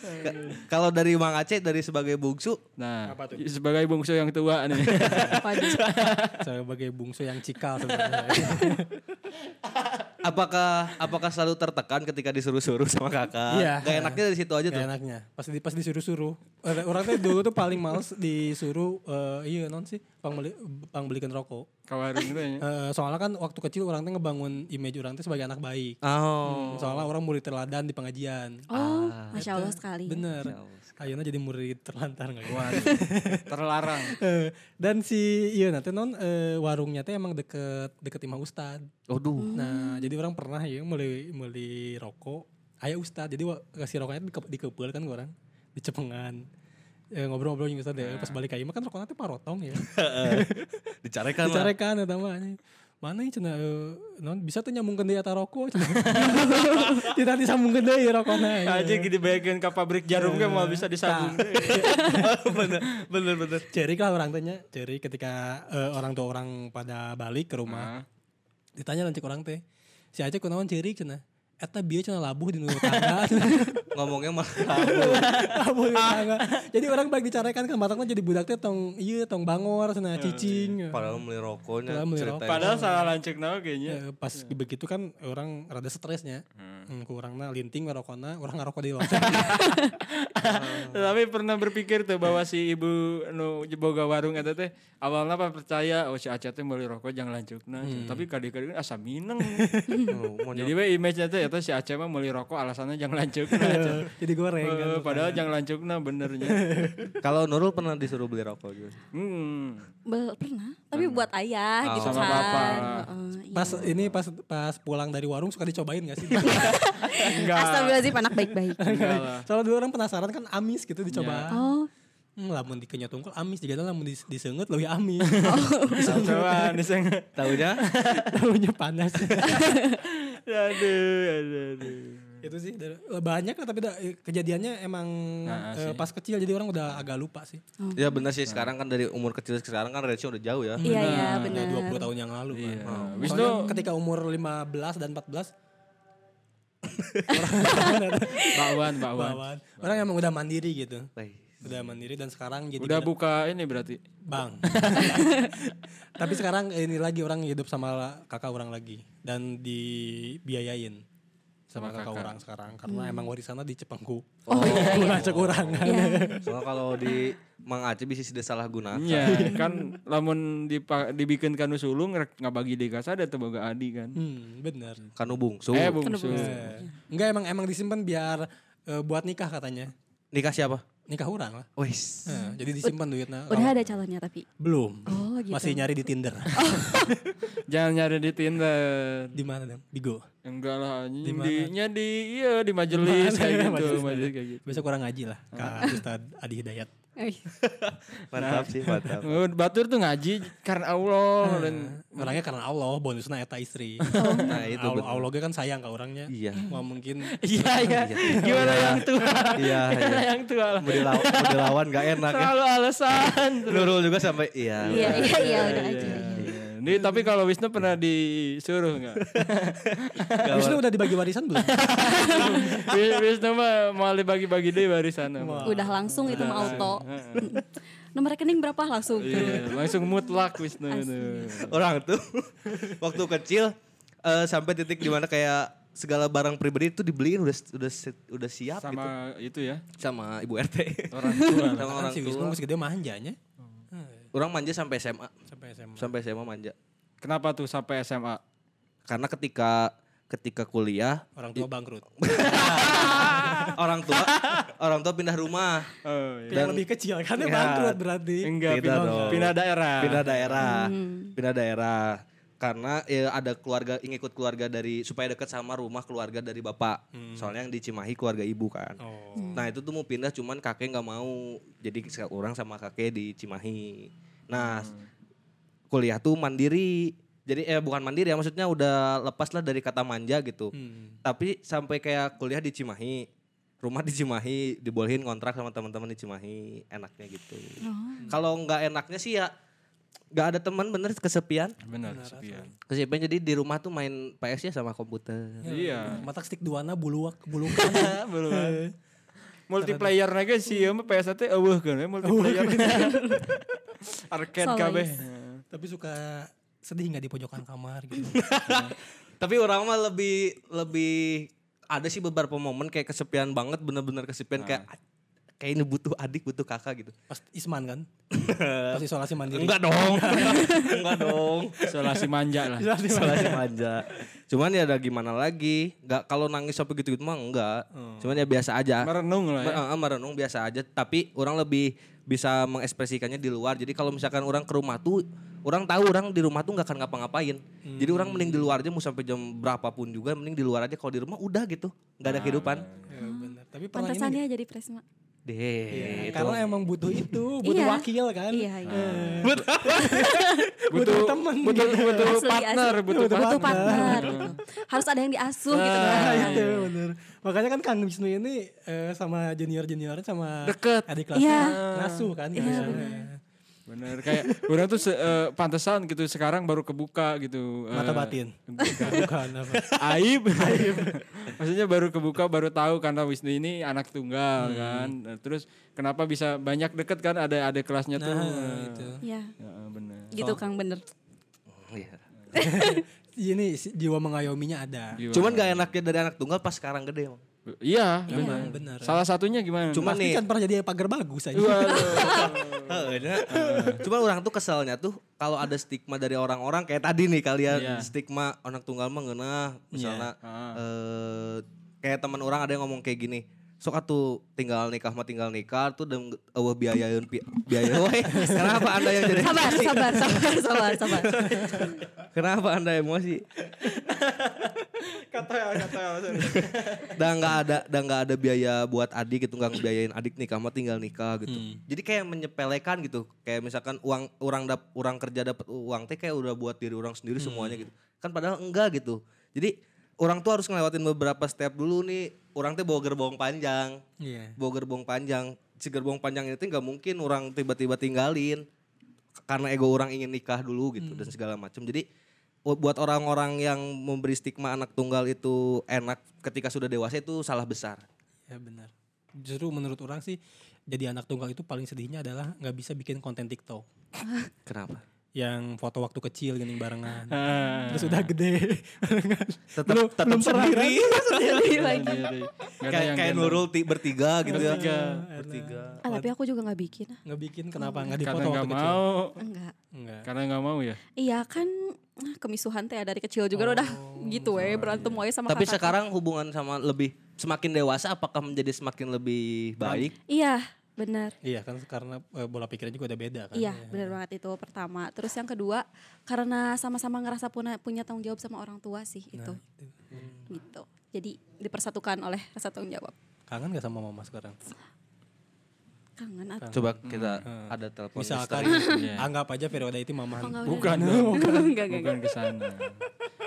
Speaker 3: Ka- Kalau dari Mang Aceh dari sebagai bungsu
Speaker 1: Nah, sebagai bungsu yang tua nih. [LAUGHS]
Speaker 4: Waduh.
Speaker 2: Sebagai bungsu yang cikal sebenarnya.
Speaker 3: apakah apakah selalu tertekan ketika disuruh-suruh sama kakak?
Speaker 2: Iya.
Speaker 3: Gak enaknya dari situ aja
Speaker 2: Gak
Speaker 3: tuh.
Speaker 2: enaknya. Pas di pas disuruh-suruh. Eh, Orang tuh dulu tuh paling males disuruh eh, iya non sih pang beli pang belikan rokok.
Speaker 1: Kawarin itu ya.
Speaker 2: Eh, soalnya kan waktu kecil orang tuh ngebangun image orang tuh sebagai anak baik. Hmm,
Speaker 3: Oh.
Speaker 2: Soalnya orang murid teladan di pengajian.
Speaker 4: Oh, Masya Allah sekali.
Speaker 2: Bener. Ayeuna jadi murid terlantar nggak kuat.
Speaker 1: Terlarang.
Speaker 2: [LAUGHS] Eh, Dan si iya nanti non eh, warungnya tuh emang deket deket imam ustad.
Speaker 3: Aduh.
Speaker 2: Nah jadi orang pernah ya mulai mulai rokok. Ayah ustad jadi wa- kasih rokoknya dikep, dikepel kan ke orang dicepengan. Eh, ngobrol-ngobrol yang ustad
Speaker 3: Nah.
Speaker 2: ya pas balik ke imam kan rokoknya tuh parotong
Speaker 3: [LAUGHS]
Speaker 2: ya. [LAUGHS]
Speaker 3: Dicarekan lah.
Speaker 2: Dicarekan eta mah anjing. Mana yang cina eh, non bisa tuh nyambungkeun deui eta
Speaker 3: [LAUGHS]
Speaker 2: rokok. cenah. Tidak ya, disambungkeun deui rokokna. ieu.
Speaker 1: Aja gini bayangin gitu ke pabrik jarum
Speaker 3: Iya.
Speaker 1: kan mau bisa disambung.
Speaker 3: Nah, bener, bener, bener.
Speaker 2: Ceri lah orang tanya, ceri ketika eh, orang tua orang pada balik ke rumah, ditanya lanjut orang teh, si Aceh kunaon ceri cina, Eta bieu cenah labuh di nu tangga.
Speaker 3: [LAUGHS] Ngomongnya mah
Speaker 2: labuh di tangga. Jadi orang balik dicarekan kan batakna jadi budak teh tong ieu tong bangor cenah cicing. ya.
Speaker 3: padahal beli rokoknya.
Speaker 2: Padahal beli
Speaker 3: ceritain.
Speaker 1: Padahal salah lancik nama
Speaker 3: Iya.
Speaker 1: kayaknya.
Speaker 2: Eh, pas begitu kan orang rada stresnya. Hmm. Kurangna linting ngarokona, orang ngarokok di luar.
Speaker 1: [LAUGHS] Tapi pernah berpikir tuh bahwa si ibu nu boga warung eta teh awalnya apa percaya oh si Aca teh meuli rokok jangan lancukna. Tapi kadang-kadang asa mineng.
Speaker 3: Oh, mau
Speaker 1: Jadi we image-nya teh eta si Aca mah meuli rokok alasannya jangan lancukna. Aca.
Speaker 2: [LAUGHS] jadi goreng kan.
Speaker 1: Eh, padahal jangan lancukna benernya.
Speaker 3: Kalau Nurul pernah disuruh beli rokok gitu.
Speaker 1: Hmm.
Speaker 4: Bel- pernah, tapi buat ayah gitu
Speaker 1: Sama
Speaker 4: kan.
Speaker 1: bapak.
Speaker 4: Heeh, iya.
Speaker 2: Pas ini pas pas pulang dari warung suka dicobain gak sih?
Speaker 4: iya. Astagfirullahaladzim anak baik-baik.
Speaker 2: [LAUGHS] Soalnya dulu orang penasaran kan amis gitu dicoba.
Speaker 4: Oh,
Speaker 2: Hmm, lamun dikenyot tungkul amis, jika lamun dis, disengut lebih amis. [LAUGHS]
Speaker 1: Coba diseng.
Speaker 3: Taunya
Speaker 2: Tahunya panas.
Speaker 1: [LAUGHS]
Speaker 2: [LAUGHS]
Speaker 1: Aduh, aduh, aduh.
Speaker 2: itu sih dari- banyak lah, tapi da- eh, kejadiannya emang
Speaker 1: Nah,
Speaker 2: eh,
Speaker 1: sih.
Speaker 2: pas kecil jadi orang udah agak lupa sih.
Speaker 3: ya benar sih sekarang kan dari umur kecil ke sekarang kan relasi udah jauh ya.
Speaker 4: iya iya
Speaker 2: Udah
Speaker 4: benar.
Speaker 2: 20 Nah, tahun yang lalu kan.
Speaker 1: Nah,
Speaker 2: Soalnya
Speaker 1: Wisnu
Speaker 2: ketika umur 15 dan 14
Speaker 1: bakwan, bakwan.
Speaker 2: bawaan, orang emang udah mandiri gitu.
Speaker 3: Baik.
Speaker 2: Udah mandiri dan sekarang jadi
Speaker 1: Udah buka ini berarti.
Speaker 2: Bang. [LAUGHS] Tapi sekarang ini lagi orang hidup sama kakak orang lagi dan dibiayain sama, kakak, orang sekarang karena
Speaker 4: Hmm.
Speaker 2: emang warisannya di Cepengku. [LAUGHS] Oh, ngajak orang.
Speaker 4: Iya.
Speaker 3: Soalnya kalau di Mang Aceh bisa sudah salah guna.
Speaker 1: Iya, kan lamun dipa- dibikin kanu sulung rek ngabagi di kasada teu boga adi kan.
Speaker 2: Hmm, bener.
Speaker 3: Kanu bungsu.
Speaker 1: Eh bungsu.
Speaker 2: Eh, Enggak emang emang disimpan biar eh, buat nikah katanya.
Speaker 3: Nikah siapa?
Speaker 2: Nikah orang lah.
Speaker 3: Wis.
Speaker 2: Eh, jadi disimpan duitnya.
Speaker 4: Oh, Udah ada calonnya tapi.
Speaker 2: Belum.
Speaker 4: Oh, gitu.
Speaker 2: Masih nyari di Tinder.
Speaker 4: [LAUGHS]
Speaker 1: Jangan nyari di Tinder.
Speaker 2: di mana dong? Bigo.
Speaker 1: Enggak lah anjing.
Speaker 2: Di mana?
Speaker 1: Di nya di iya di majelis
Speaker 2: Mana?
Speaker 1: kayak gitu,
Speaker 2: Majelis.
Speaker 1: majelis kayak gitu.
Speaker 2: Besok orang ngaji lah.
Speaker 3: Ah.
Speaker 2: Kak Ustadz Adi Hidayat.
Speaker 4: Eh,
Speaker 3: Mantap sih, mantap.
Speaker 1: Eh, Batur tuh ngaji karena Allah dan
Speaker 2: Orangnya karena Allah, bonusnya eta
Speaker 3: [LAUGHS]
Speaker 2: istri.
Speaker 3: Nah, itu
Speaker 2: Allah,
Speaker 3: bener.
Speaker 2: Allah ge kan sayang ke orangnya.
Speaker 3: Iya.
Speaker 2: Wah
Speaker 3: [LAUGHS]
Speaker 2: mungkin
Speaker 1: Iya ya. [LAUGHS] Gimana yang tua?
Speaker 3: Iya, iya.
Speaker 1: Gimana yang tua? lah.
Speaker 3: Mau dilaw- mau dilawan gak enak ya.
Speaker 1: Selalu alasan.
Speaker 3: Nurul juga sampai iya.
Speaker 4: Iya iya iya udah aja.
Speaker 1: Iya. Ini tapi kalau Wisnu pernah disuruh enggak?
Speaker 2: Wisnu udah dibagi warisan
Speaker 3: [LAUGHS]
Speaker 2: belum?
Speaker 1: Wi- Wisnu mah mau dibagi-bagi deh barisan.
Speaker 2: Wah.
Speaker 4: Udah langsung itu mah auto. [LAUGHS] Nomor rekening berapa langsung?
Speaker 1: Iya, langsung mutlak Wisnu tuh.
Speaker 3: Orang tuh waktu kecil eh, sampai titik dimana kayak segala barang pribadi itu dibeliin udah udah udah siap gitu
Speaker 1: Sama itu ya.
Speaker 3: sama ibu RT.
Speaker 1: Orang tua.
Speaker 3: [LAUGHS] sama
Speaker 2: Kan
Speaker 3: orang
Speaker 2: si Wisnu
Speaker 3: tua.
Speaker 2: masih gede manjanya Hmm,
Speaker 3: Orang manja sampai SMA,
Speaker 2: sampai SMA.
Speaker 3: sampai SMA manja.
Speaker 1: Kenapa tuh sampai SMA?
Speaker 3: Karena ketika ketika kuliah
Speaker 2: Orang tua
Speaker 3: [LAUGHS]
Speaker 2: bangkrut.
Speaker 3: orang tua orang tua pindah rumah,
Speaker 1: Oh, iya.
Speaker 2: Yang lebih kecil kan
Speaker 3: Ya.
Speaker 2: dia bangkrut berarti.
Speaker 1: Enggak,
Speaker 3: Pindah
Speaker 1: pindah,
Speaker 3: dong.
Speaker 1: pindah daerah.
Speaker 3: pindah daerah, pindah daerah. Karena ya, ada keluarga ingin ikut keluarga dari supaya dekat sama rumah keluarga dari bapak. Soalnya yang di Cimahi keluarga ibu kan.
Speaker 2: Oh.
Speaker 3: Nah itu tuh mau pindah cuman kakek nggak mau. Jadi sekarang orang sama kakek di Cimahi. Nah kuliah tuh mandiri. Jadi eh bukan mandiri ya maksudnya udah lepas lah dari kata manja gitu.
Speaker 2: Hmm.
Speaker 3: Tapi sampai kayak kuliah di Cimahi, rumah di Cimahi, dibolehin kontrak sama teman-teman di Cimahi, enaknya gitu. Kalau nggak enaknya sih ya nggak ada teman bener kesepian.
Speaker 1: Benar, kesepian.
Speaker 3: Kesepian jadi di rumah tuh main PS ya sama komputer.
Speaker 1: Iya.
Speaker 2: Matak stick duana buluak bulukan.
Speaker 3: [LAUGHS]
Speaker 1: Belum. Multiplayer naga sih, ya mah PS teh eueuh kan ya, multiplayer. [LAUGHS] Arcade
Speaker 4: Solois.
Speaker 1: kabeh.
Speaker 2: Tapi suka sedih nggak di pojokan kamar
Speaker 3: [LAUGHS]
Speaker 2: gitu.
Speaker 3: Tapi orang mah lebih lebih ada sih beberapa momen kayak kesepian banget, bener-bener kesepian kayak kayak ini butuh adik, butuh kakak gitu.
Speaker 2: Pas Isman
Speaker 3: [LAUGHS]
Speaker 2: kan. Pas isolasi mandiri.
Speaker 3: Enggak dong. Enggak dong.
Speaker 1: Isolasi manja lah.
Speaker 3: Isolasi manja. Cuman ya ada gimana lagi? Enggak kalau nangis sampai gitu-gitu mah enggak. Cuman ya biasa aja.
Speaker 1: Merenung lah ya.
Speaker 3: Mer- eh, merenung biasa aja, tapi orang lebih bisa mengekspresikannya di luar. Jadi kalau misalkan orang ke rumah tuh, orang tahu orang di rumah tuh nggak akan ngapa-ngapain. Jadi orang mending di luar aja mau sampai jam berapapun juga, mending di luar aja. Kalau di rumah udah gitu, nggak ada kehidupan.
Speaker 2: Ya, bener. Tapi pernah
Speaker 4: Pantesan
Speaker 2: ini.
Speaker 4: dia jadi presma.
Speaker 3: Deh, Nah,
Speaker 1: Iya.
Speaker 3: itu.
Speaker 2: Karena emang butuh itu, butuh
Speaker 4: Iya.
Speaker 2: wakil kan.
Speaker 4: Iya iya.
Speaker 2: Butuh temen.
Speaker 1: butuh
Speaker 2: gitu.
Speaker 1: butuh
Speaker 4: Asli, asli.
Speaker 1: partner, butuh
Speaker 2: Butuh
Speaker 1: partner. Ah, iya.
Speaker 4: Butuh partner. gitu. Harus ada yang diasuh gitu
Speaker 2: Nah,
Speaker 4: kan.
Speaker 2: itu bener. Makanya kan Kang Wisnu ini eh, sama junior-juniornya sama
Speaker 1: Deket.
Speaker 2: adik kelasnya
Speaker 4: Iya.
Speaker 2: ngasuh kan.
Speaker 4: Iya,
Speaker 2: biasanya.
Speaker 4: bener.
Speaker 1: Bener kayak orang tuh se- eh, pantesan gitu sekarang baru kebuka gitu. eh,
Speaker 2: Mata batin.
Speaker 1: bukan.
Speaker 2: [LAUGHS] Bukan apa.
Speaker 1: Aib. Maksudnya baru kebuka baru tahu karena Wisnu ini anak tunggal kan. Nah, Terus kenapa bisa banyak deket kan ada ada kelasnya tuh.
Speaker 2: Nah, itu.
Speaker 4: Ya,
Speaker 1: Ya, bener.
Speaker 4: gitu Kang bener.
Speaker 3: Iya.
Speaker 2: Ini si- jiwa mengayominya ada.
Speaker 1: Gimana?
Speaker 3: Cuman gak enaknya dari anak tunggal pas sekarang gede. Bang.
Speaker 1: Iya,
Speaker 2: Iya,
Speaker 1: benar.
Speaker 2: benar.
Speaker 1: Salah satunya gimana?
Speaker 3: Cuman
Speaker 2: Pasti
Speaker 3: nih.
Speaker 2: kan pernah jadi pagar bagus aja.
Speaker 1: Iya.
Speaker 2: [LAUGHS] Oh,
Speaker 3: Heeh, nya.
Speaker 1: Eh.
Speaker 3: Cuman orang tuh keselnya tuh kalau ada stigma dari orang-orang kayak tadi nih kalian
Speaker 1: Iya.
Speaker 3: stigma anak tunggal mah ngeunah. misalnya
Speaker 1: Ah.
Speaker 3: eh, kayak teman orang ada yang ngomong kayak gini. Sok atuh tinggal nikah mah tinggal nikah tuh dan eueuh biayaeun pi- biaya.
Speaker 1: [LAUGHS]
Speaker 3: Woi, kenapa Anda yang jadi
Speaker 4: Sabar, sabar, sabar, sabar, sabar.
Speaker 3: Kenapa Anda emosi? dan nggak ada dan nggak ada biaya buat adik gitu nggak ngebiayain adik nikah mah tinggal nikah gitu jadi kayak menyepelekan gitu kayak misalkan uang orang dap orang kerja dapat uang teh kayak udah buat diri orang sendiri semuanya gitu kan padahal enggak gitu jadi orang tuh harus ngelewatin beberapa step dulu nih orang teh bawa gerbong panjang
Speaker 2: Iya.
Speaker 3: bawa gerbong panjang si gerbong panjang itu nggak mungkin orang tiba-tiba tinggalin K- karena ego orang ingin nikah dulu gitu dan segala macam jadi u- buat orang-orang yang memberi stigma anak tunggal itu enak ketika sudah dewasa itu salah besar
Speaker 2: Ya benar. Justru menurut orang sih jadi anak tunggal itu paling sedihnya adalah nggak bisa bikin konten TikTok
Speaker 3: kenapa
Speaker 2: yang foto waktu kecil gini
Speaker 1: Ah.
Speaker 2: barengan.
Speaker 1: Nah,
Speaker 2: Terus udah gede. [LAUGHS] barengan.
Speaker 3: tetap
Speaker 2: Belum-
Speaker 3: tetap
Speaker 2: belum pernah kan?
Speaker 3: sendiri [LAUGHS]
Speaker 4: Sendiri Iya,
Speaker 1: iya,
Speaker 4: lagi.
Speaker 3: kayak kayak Nurul ti- bertiga gitu ya
Speaker 1: Bertiga.
Speaker 3: bertiga
Speaker 4: Ah, tapi aku juga nggak bikin. ah.
Speaker 2: Nggak bikin kenapa nggak
Speaker 1: Karena
Speaker 2: dipoto waktu
Speaker 1: nggak
Speaker 2: kecil?
Speaker 1: mau,
Speaker 4: Enggak.
Speaker 2: Enggak.
Speaker 1: karena nggak mau ya.
Speaker 4: Iya kan ah, kemisuhan teh dari kecil juga udah
Speaker 1: Oh,
Speaker 4: gitu we berantem
Speaker 1: iya.
Speaker 4: we sama
Speaker 3: tapi
Speaker 4: kakak.
Speaker 3: sekarang hubungan sama lebih semakin dewasa apakah menjadi semakin lebih baik
Speaker 4: Iya, benar.
Speaker 2: Iya kan karena eh, bola pikirnya juga udah beda kan.
Speaker 4: Iya, benar banget itu pertama. Terus yang kedua, karena sama-sama ngerasa punya, punya tanggung jawab sama orang tua sih itu. Gitu. Jadi dipersatukan oleh rasa tanggung jawab.
Speaker 2: Kangen gak sama mama sekarang?
Speaker 4: Kangen atau
Speaker 3: coba kita
Speaker 2: Hmm.
Speaker 3: ada telepon
Speaker 2: Misalkan
Speaker 3: misteri.
Speaker 2: [LAUGHS] anggap aja periode itu mama.
Speaker 4: enggak udah.
Speaker 1: Bukan,
Speaker 4: Enggak, enggak, enggak.
Speaker 1: bukan ke sana.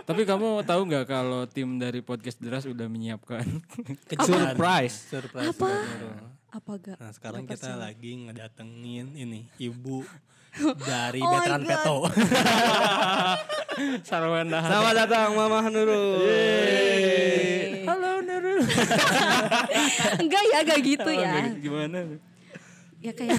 Speaker 1: Tapi kamu tahu nggak kalau tim dari podcast deras udah menyiapkan? [LAUGHS]
Speaker 2: Kejutan.
Speaker 3: Oh, Surprise.
Speaker 2: kan. Surprise.
Speaker 4: Apa?
Speaker 2: bener.
Speaker 4: Apa enggak?
Speaker 2: Nah sekarang kita
Speaker 4: Percaya.
Speaker 2: lagi ngedatengin ini
Speaker 4: [LAUGHS]
Speaker 2: ibu dari
Speaker 4: Oh my
Speaker 2: veteran
Speaker 4: God.
Speaker 3: [LAUGHS]
Speaker 2: Peto.
Speaker 1: Sarwenda.
Speaker 3: Selamat datang Mama Nurul.
Speaker 1: Halo Nurul.
Speaker 4: [LAUGHS] enggak ya, enggak
Speaker 1: Oh,
Speaker 4: gitu ya.
Speaker 1: nggak- Gimana?
Speaker 4: Ya kayak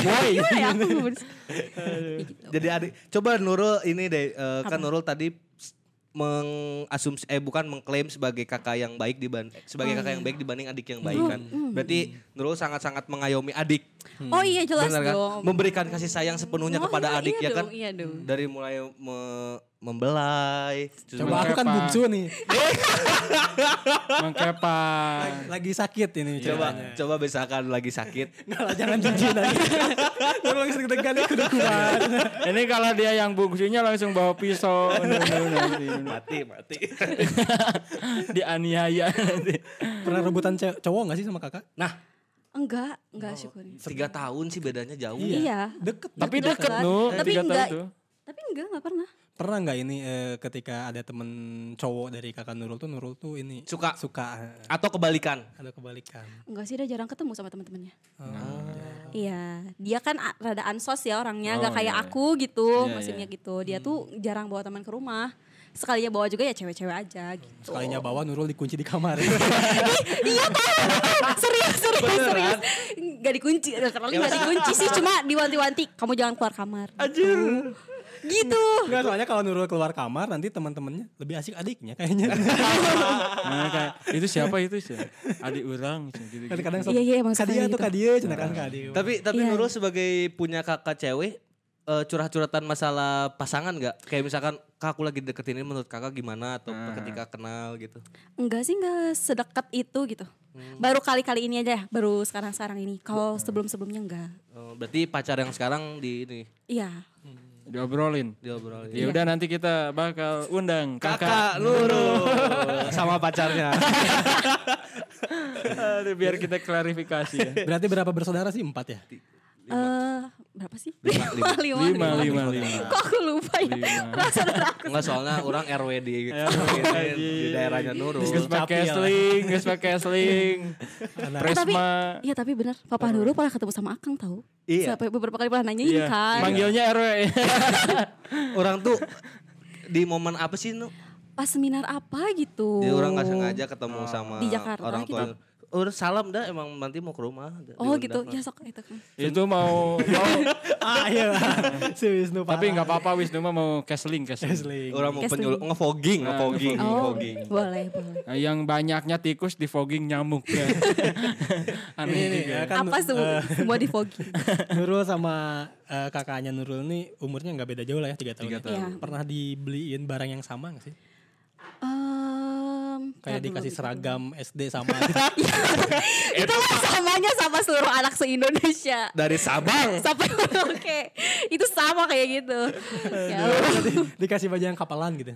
Speaker 4: Gimana [LAUGHS] ya aku nggak bisa. Ya gitu.
Speaker 3: Jadi adik, coba Nurul ini deh eh, kan Nurul tadi s- mengasumsi eh bukan mengklaim sebagai kakak yang baik dibanding
Speaker 4: Oh,
Speaker 3: sebagai
Speaker 4: iya.
Speaker 3: kakak yang baik dibanding adik yang
Speaker 4: Mm,
Speaker 3: baik kan. Berarti Nurul sangat-sangat mengayomi adik.
Speaker 4: Oh iya jelas
Speaker 3: Benar kan?
Speaker 4: dong.
Speaker 3: Memberikan kasih sayang sepenuhnya
Speaker 4: Oh,
Speaker 3: kepada
Speaker 4: iya,
Speaker 3: adik
Speaker 4: iya
Speaker 3: ya kan.
Speaker 4: dong, iya dong.
Speaker 3: Dari mulai me- membelai. terus
Speaker 2: Coba aku kan
Speaker 1: Mengkepa.
Speaker 2: bungsu nih.
Speaker 1: Mengkepang.
Speaker 2: Lagi sakit ini
Speaker 3: Coba
Speaker 2: ceritanya.
Speaker 3: coba besakan lagi sakit.
Speaker 2: [LAUGHS] Enggak lah jangan
Speaker 3: [LAUGHS]
Speaker 2: jijik lagi. Terus lagi deg-degan ikut kuat.
Speaker 1: Ini kalau dia yang bungsunya langsung bawa pisau. Nuh, nuh, nanti.
Speaker 3: mati, mati.
Speaker 1: Dianiaya nanti.
Speaker 2: Pernah rebutan ce- cowok gak sih sama kakak?
Speaker 3: Nah,
Speaker 4: Enggak, enggak syukurnya.
Speaker 3: tiga tahun sih bedanya jauh.
Speaker 4: Iya.
Speaker 2: Deket.
Speaker 1: Tapi
Speaker 4: Deket
Speaker 1: deket
Speaker 4: kan?
Speaker 1: nu,
Speaker 4: Tapi
Speaker 1: tiga tahun
Speaker 4: enggak.
Speaker 1: tuh.
Speaker 4: Tapi enggak, enggak pernah.
Speaker 2: Pernah nggak ini eh, ketika ada temen cowok dari kakak Nurul tuh Nurul tuh ini
Speaker 3: Suka.
Speaker 2: suka eh,
Speaker 3: Atau kebalikan.
Speaker 2: ada kebalikan.
Speaker 4: Enggak sih, dia jarang ketemu sama teman-temannya.
Speaker 2: Oh.
Speaker 4: Iya, dia kan a- rada ansos ya orangnya,
Speaker 1: Oh,
Speaker 4: nggak kayak
Speaker 1: iya, iya.
Speaker 4: aku gitu,
Speaker 1: Iya,
Speaker 4: maksudnya gitu. Dia tuh jarang bawa teman ke rumah. Sekalinya bawa juga ya cewek-cewek aja gitu. [LAUGHS]
Speaker 2: Sekalinya bawa Nurul dikunci di kamar. [LAUGHS]
Speaker 4: serius, serius, serius. Gak dikunci, literally gak dikunci sih, cuma diwanti-wanti. Kamu jangan keluar kamar. Anjir. Gitu.
Speaker 2: Enggak soalnya kalau Nurul keluar kamar nanti teman-temannya lebih asik adiknya kayaknya.
Speaker 1: Nah, kayak, itu siapa itu sih? Adik orang gitu.
Speaker 2: Kadang-kadang
Speaker 4: Iya, iya, emang suka
Speaker 2: kadia
Speaker 4: kayak
Speaker 2: tuh
Speaker 4: gitu.
Speaker 2: kadia cina kan kadia.
Speaker 3: Tapi tapi
Speaker 4: Iya.
Speaker 3: Nurul sebagai punya kakak cewek eh, curhat-curhatan masalah pasangan nggak? Kayak misalkan kak aku lagi deketin ini menurut kakak gimana atau ketika kenal gitu.
Speaker 4: Enggak sih, enggak sedekat itu gitu.
Speaker 1: Hmm.
Speaker 4: Baru kali-kali ini aja ya, baru sekarang-sekarang ini. Kalau sebelum-sebelumnya enggak.
Speaker 3: Eh, berarti pacar yang sekarang di ini
Speaker 4: Iya.
Speaker 1: Diobrolin.
Speaker 3: diobrolin.
Speaker 1: Ya udah nanti kita bakal undang kakak.
Speaker 3: Kakak Nurul sama
Speaker 2: [LAUGHS]
Speaker 3: pacarnya.
Speaker 1: Aduh, biar kita klarifikasi ya.
Speaker 2: Berarti berapa bersaudara sih empat ya?
Speaker 4: eh berapa sih?
Speaker 3: Lima, lima.
Speaker 4: lima,
Speaker 1: lima lima lima.
Speaker 4: Kok aku lupa ya?
Speaker 1: Lima.
Speaker 3: Enggak soalnya orang RW di,
Speaker 1: Ya,
Speaker 3: di-
Speaker 1: anjing.
Speaker 3: gitu. di daerahnya Nurul.
Speaker 1: Geus pakai
Speaker 2: Capil.
Speaker 1: sling, geus pakai sling.
Speaker 2: Anak.
Speaker 1: Presma.
Speaker 4: Iya tapi benar, Papa Nurul pernah ketemu sama Akang tahu?
Speaker 3: Iya.
Speaker 4: Sampai beberapa kali pernah nanyain
Speaker 1: Iya,
Speaker 4: kan.
Speaker 1: manggilnya RW.
Speaker 3: Orang tuh di momen apa sih nu?
Speaker 4: Pas seminar apa gitu.
Speaker 3: Jadi Iya, orang nggak sengaja ketemu sama
Speaker 4: Di Jakarta
Speaker 3: orang
Speaker 4: gitu.
Speaker 3: tua. Orang salam dah emang nanti mau ke rumah. da-
Speaker 4: Oh
Speaker 3: diundang.
Speaker 4: gitu, ya sok itu kan.
Speaker 1: [LAUGHS] Itu mau mau
Speaker 2: ah iya si Wisnu
Speaker 1: tapi
Speaker 2: parah.
Speaker 1: nggak apa-apa Wisnu mah mau casling casling.
Speaker 4: Iya.
Speaker 2: Wrestling.
Speaker 3: Orang mau
Speaker 4: Casting.
Speaker 3: penyuluh ngefogging,
Speaker 1: Ah,
Speaker 3: ngefogging,
Speaker 4: Oh
Speaker 3: ngefogging.
Speaker 4: boleh boleh.
Speaker 1: Nah, yang banyaknya tikus di fogging nyamuk.
Speaker 2: [LAUGHS]
Speaker 1: Ya. Aneh
Speaker 2: Ini nih,
Speaker 1: juga.
Speaker 2: ya kan,
Speaker 4: apa semua,
Speaker 2: eh,
Speaker 4: semua di fogging.
Speaker 2: Nurul sama eh, kakaknya Nurul nih umurnya nggak beda jauh lah ya tiga tahun.
Speaker 3: Tiga
Speaker 2: ya.
Speaker 3: tahun.
Speaker 4: Iya.
Speaker 2: Pernah dibeliin barang yang sama nggak sih?
Speaker 4: Em, ntar
Speaker 2: Kayak
Speaker 4: dulu
Speaker 2: dikasih
Speaker 4: gitu.
Speaker 2: seragam SD sama.
Speaker 4: [LAUGHS] Itu mah samanya sama seluruh anak se-Indonesia.
Speaker 3: Dari Sabang.
Speaker 4: Sampai [LAUGHS] Merauke. Itu sama kayak
Speaker 2: [LAUGHS]
Speaker 4: gitu. Ya Allah.
Speaker 2: dikasih baju yang kapalan gitu.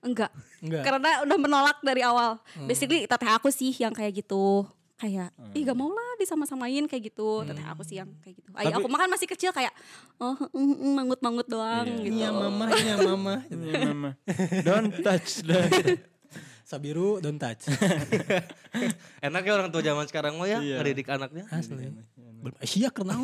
Speaker 4: Enggak.
Speaker 2: Enggak.
Speaker 4: Karena udah menolak dari awal. Basically teteh aku sih yang kayak gitu. Kayak, ih gak mau lah disama-samain kayak gitu. Teteh aku sih yang kayak gitu. Ayah aku makan masih kecil kayak, oh mm, mm, mangut-mangut doang gitu.
Speaker 2: Iya mama, iya mama.
Speaker 1: Mama. Don't touch
Speaker 2: [LAUGHS]
Speaker 1: the
Speaker 2: Sabiru don't touch.
Speaker 3: Enak ya orang tua zaman sekarang mah ya
Speaker 2: Iya.
Speaker 3: ngedidik anaknya.
Speaker 2: [LAUGHS] Asli. Belum Asia kenal.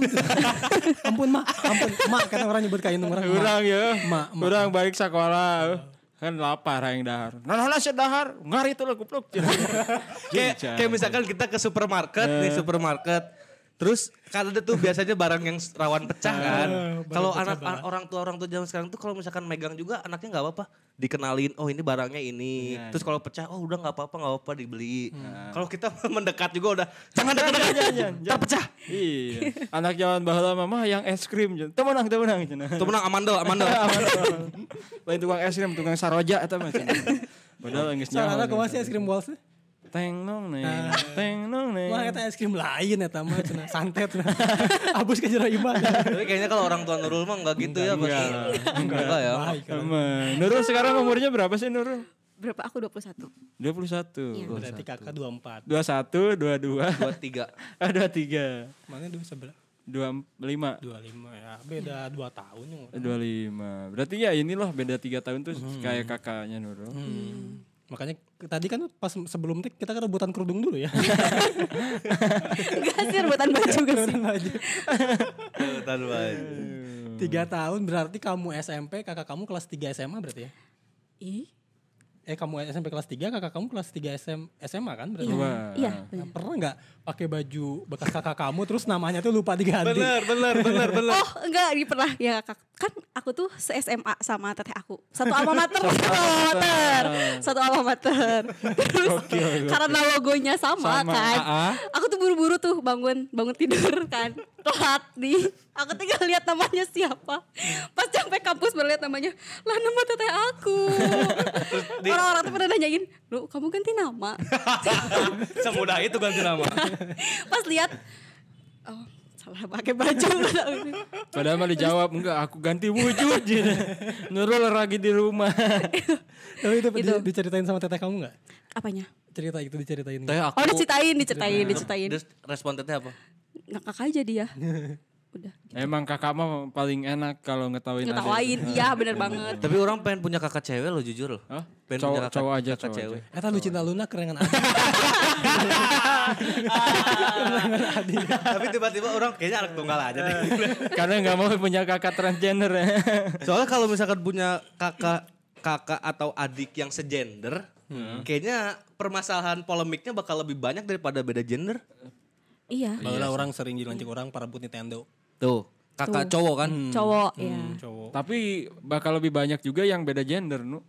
Speaker 2: [LAUGHS] ampun mak, ampun mak kata orang nyebut kain orang. mak.
Speaker 1: Urang ya.
Speaker 2: Ma, ma.
Speaker 1: Urang balik sekolah. Kan lapar aing dahar. Nah, lah sedahar. Ngari tuh lah
Speaker 2: [LAUGHS]
Speaker 1: kupluk.
Speaker 2: Iya,
Speaker 3: Kayak kayak misalkan kita ke supermarket nih supermarket. Terus kan ada tuh biasanya barang yang rawan pecah kan.
Speaker 2: Iya, barang
Speaker 3: Kalau
Speaker 2: pecah
Speaker 3: anak
Speaker 2: banget.
Speaker 3: orang tua orang tua zaman sekarang tuh kalau misalkan megang juga anaknya nggak apa-apa dikenalin oh ini barangnya ini.
Speaker 2: Iya.
Speaker 3: Terus kalau pecah oh udah nggak apa-apa nggak apa-apa dibeli. Kalau kita [LAUGHS] mendekat juga udah jangan dekat dekat
Speaker 2: iya,
Speaker 3: jangan pecah.
Speaker 1: Iya. Anak jalan bahala mama yang es krim. jeung. Temenang, temenang. cenah.
Speaker 3: Tuh menang amandel
Speaker 2: [LAUGHS]
Speaker 3: amandel.
Speaker 1: Lain tukang es krim, tukang saroja eta mah. cenah. Padahal geus nyaho.
Speaker 2: Soalnya aku masih es krim walls.
Speaker 1: Teng nong neng, teng nong neng.
Speaker 2: Nah. Wah kata es krim lain ya tama cenah santet. [LAUGHS] nah. Abus ke jero imah.
Speaker 3: Tapi kayaknya kalau orang tua Nurul mah nggak gitu ya pasti. [LAUGHS] Enggak ya.
Speaker 2: Baik.
Speaker 1: Aman. Nurul sekarang umurnya berapa sih Nurul?
Speaker 4: Berapa aku 21.
Speaker 1: 21.
Speaker 2: Berarti kakak 24.
Speaker 1: 21, 22,
Speaker 3: Buat tiga.
Speaker 1: [LAUGHS] ah, 23,
Speaker 2: Mana dulu sebelah
Speaker 1: 25.
Speaker 2: 25 ya. Beda 2 tahun ya. yang
Speaker 1: eh, 25. Berarti ya inilah beda 3 tahun tuh kayak kakaknya Nurul.
Speaker 2: Hmm. Makanya ke- tadi kan pas sebelum tik kita kerebutan kerudung dulu ya.
Speaker 4: [LAUGHS] Enggak sih rebutan baju gak sih?
Speaker 3: Tahan, Bay.
Speaker 2: [LAUGHS] Tiga tahun berarti kamu SMP, kakak kamu kelas 3 SMA berarti ya?
Speaker 4: Ih,
Speaker 2: Eh kamu SMP kelas 3, kakak kamu kelas 3 SM, SMA kan berarti?
Speaker 1: Wah.
Speaker 4: iya.
Speaker 2: Nah, pernah nggak pakai baju bekas kakak kamu terus namanya tuh lupa diganti?
Speaker 3: Bener bener bener bener.
Speaker 4: Oh enggak, ini pernah ya kakak. Kan aku tuh se-SMA sama teteh aku. Satu alma mater, satu alma mater. Ah. Satu alma mater. Terus karena logonya sama,
Speaker 1: Sama,
Speaker 4: kan.
Speaker 1: AA.
Speaker 4: Aku tuh buru-buru tuh bangun, bangun tidur kan. Telat nih. Aku tinggal lihat namanya siapa. Pas sampai kampus baru lihat namanya. Lah nama teteh aku. Orang-orang tuh pada nanyain, "Lu kamu ganti nama?"
Speaker 3: Semudah itu kan, ganti nama.
Speaker 4: Pas lihat oh, salah pakai [LAUGHS] baju. nggak tahu ini.
Speaker 1: Padahal mah dijawab enggak aku ganti wujud. [LAUGHS] gitu. Nurul lagi di [LAUGHS] rumah.
Speaker 2: Tapi itu, di- diceritain sama teteh kamu nggak?
Speaker 4: Apanya?
Speaker 2: Cerita itu diceritain. gitu.
Speaker 3: Teh aku.
Speaker 4: Oh diceritain, diceritain, diceritain.
Speaker 3: Terus respon teteh apa?
Speaker 4: Ngakak aja dia. Udah.
Speaker 1: Emang kakak mah paling enak kalau ngetawain adik.
Speaker 4: Ngetawain, iya bener banget.
Speaker 3: Tapi orang pengen punya kakak cewek loh jujur loh.
Speaker 1: Hah?
Speaker 3: Pengen
Speaker 1: Cowok-
Speaker 3: punya kakak,
Speaker 1: cowok aja,
Speaker 3: kakak
Speaker 1: cowok
Speaker 3: cewek.
Speaker 2: Eta lu cinta Luna kerengan Adi. kerengan Adi.
Speaker 3: [LAUGHS] Tapi tiba-tiba orang kayaknya anak tunggal aja deh.
Speaker 1: [LAUGHS] Karena nggak mau punya kakak [LAUGHS] transgender.
Speaker 3: [LAUGHS] Soalnya kalau misalkan punya kakak kakak atau adik yang segender,
Speaker 1: Hmm.
Speaker 3: kayaknya permasalahan polemiknya bakal lebih banyak daripada beda gender.
Speaker 4: Iya.
Speaker 2: Barulah orang sering dilancik orang para but Nintendo.
Speaker 3: Tuh, kakak cowok kan.
Speaker 1: Hmm.
Speaker 4: Cowok ya.
Speaker 2: Cowok.
Speaker 1: Tapi bakal lebih banyak juga yang beda gender, Nu.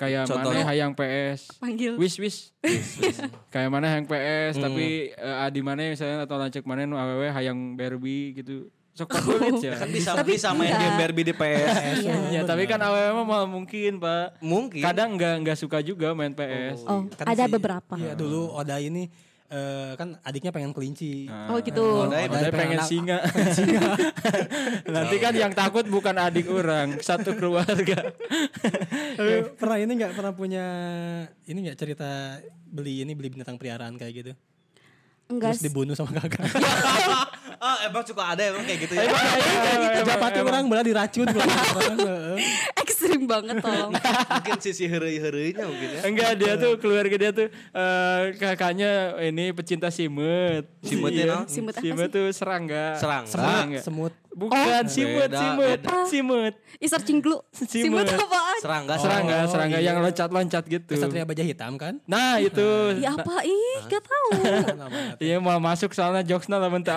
Speaker 1: Kayak
Speaker 3: Contohnya?
Speaker 1: mana hayang PS.
Speaker 4: Panggil.
Speaker 1: Wis wis. [LAUGHS] Kayak mana hayang PS, tapi eh, adi mana misalnya atau lancek mana nu awewe hayang Barbie gitu. Sok kulit [LAUGHS] ya.
Speaker 3: Kan bisa bisa main game Barbie di PS.
Speaker 1: Ya, tapi kan awewe mah malah mungkin, Pak.
Speaker 3: Mungkin.
Speaker 1: Kadang nggak nggak suka juga main PS.
Speaker 4: Oh,
Speaker 2: Kan
Speaker 4: ada
Speaker 2: si-
Speaker 4: beberapa.
Speaker 2: Iya dulu Oda ini eh, kan adiknya pengen kelinci.
Speaker 4: Oh gitu.
Speaker 3: Odai-
Speaker 1: Padahal
Speaker 2: Odai
Speaker 1: pengen
Speaker 2: anak-
Speaker 1: singa. [LAUGHS] Nanti kan yang takut bukan adik orang, satu keluarga.
Speaker 2: Eh, pernah ini nggak pernah punya ini nggak cerita beli ini beli binatang peliharaan kayak gitu
Speaker 4: Enggak
Speaker 2: terus dibunuh sama kakak
Speaker 3: [LAUGHS] Ah, emang suka ada emang kayak gitu ya.
Speaker 1: kan
Speaker 2: Japati orang bela diracun.
Speaker 4: [LAUGHS] ekstrim banget tolong
Speaker 3: mungkin sisi heureuy-heureunya mungkin ya.
Speaker 1: Enggak dia tuh keluarga dia tuh eh, kakaknya ini pecinta simut.
Speaker 3: Simut
Speaker 1: iya.
Speaker 3: ya, no?
Speaker 4: Simut apa sih?
Speaker 1: tuh serangga.
Speaker 3: Serangga.
Speaker 1: Serangga.
Speaker 2: Semut.
Speaker 1: Bukan simut,
Speaker 3: Beda,
Speaker 1: simut,
Speaker 3: beda.
Speaker 1: simut.
Speaker 4: Ih searching dulu
Speaker 1: Simut.
Speaker 4: simut apaan
Speaker 3: Serangga, serangga.
Speaker 1: Serangga, serangga
Speaker 3: iya.
Speaker 1: yang loncat-loncat gitu.
Speaker 2: Kesatria Baja Hitam kan?
Speaker 1: Nah itu.
Speaker 4: ya apa ih gak tahu
Speaker 1: Iya mau masuk soalnya jokesnya lah
Speaker 4: [LAUGHS]
Speaker 1: bentar.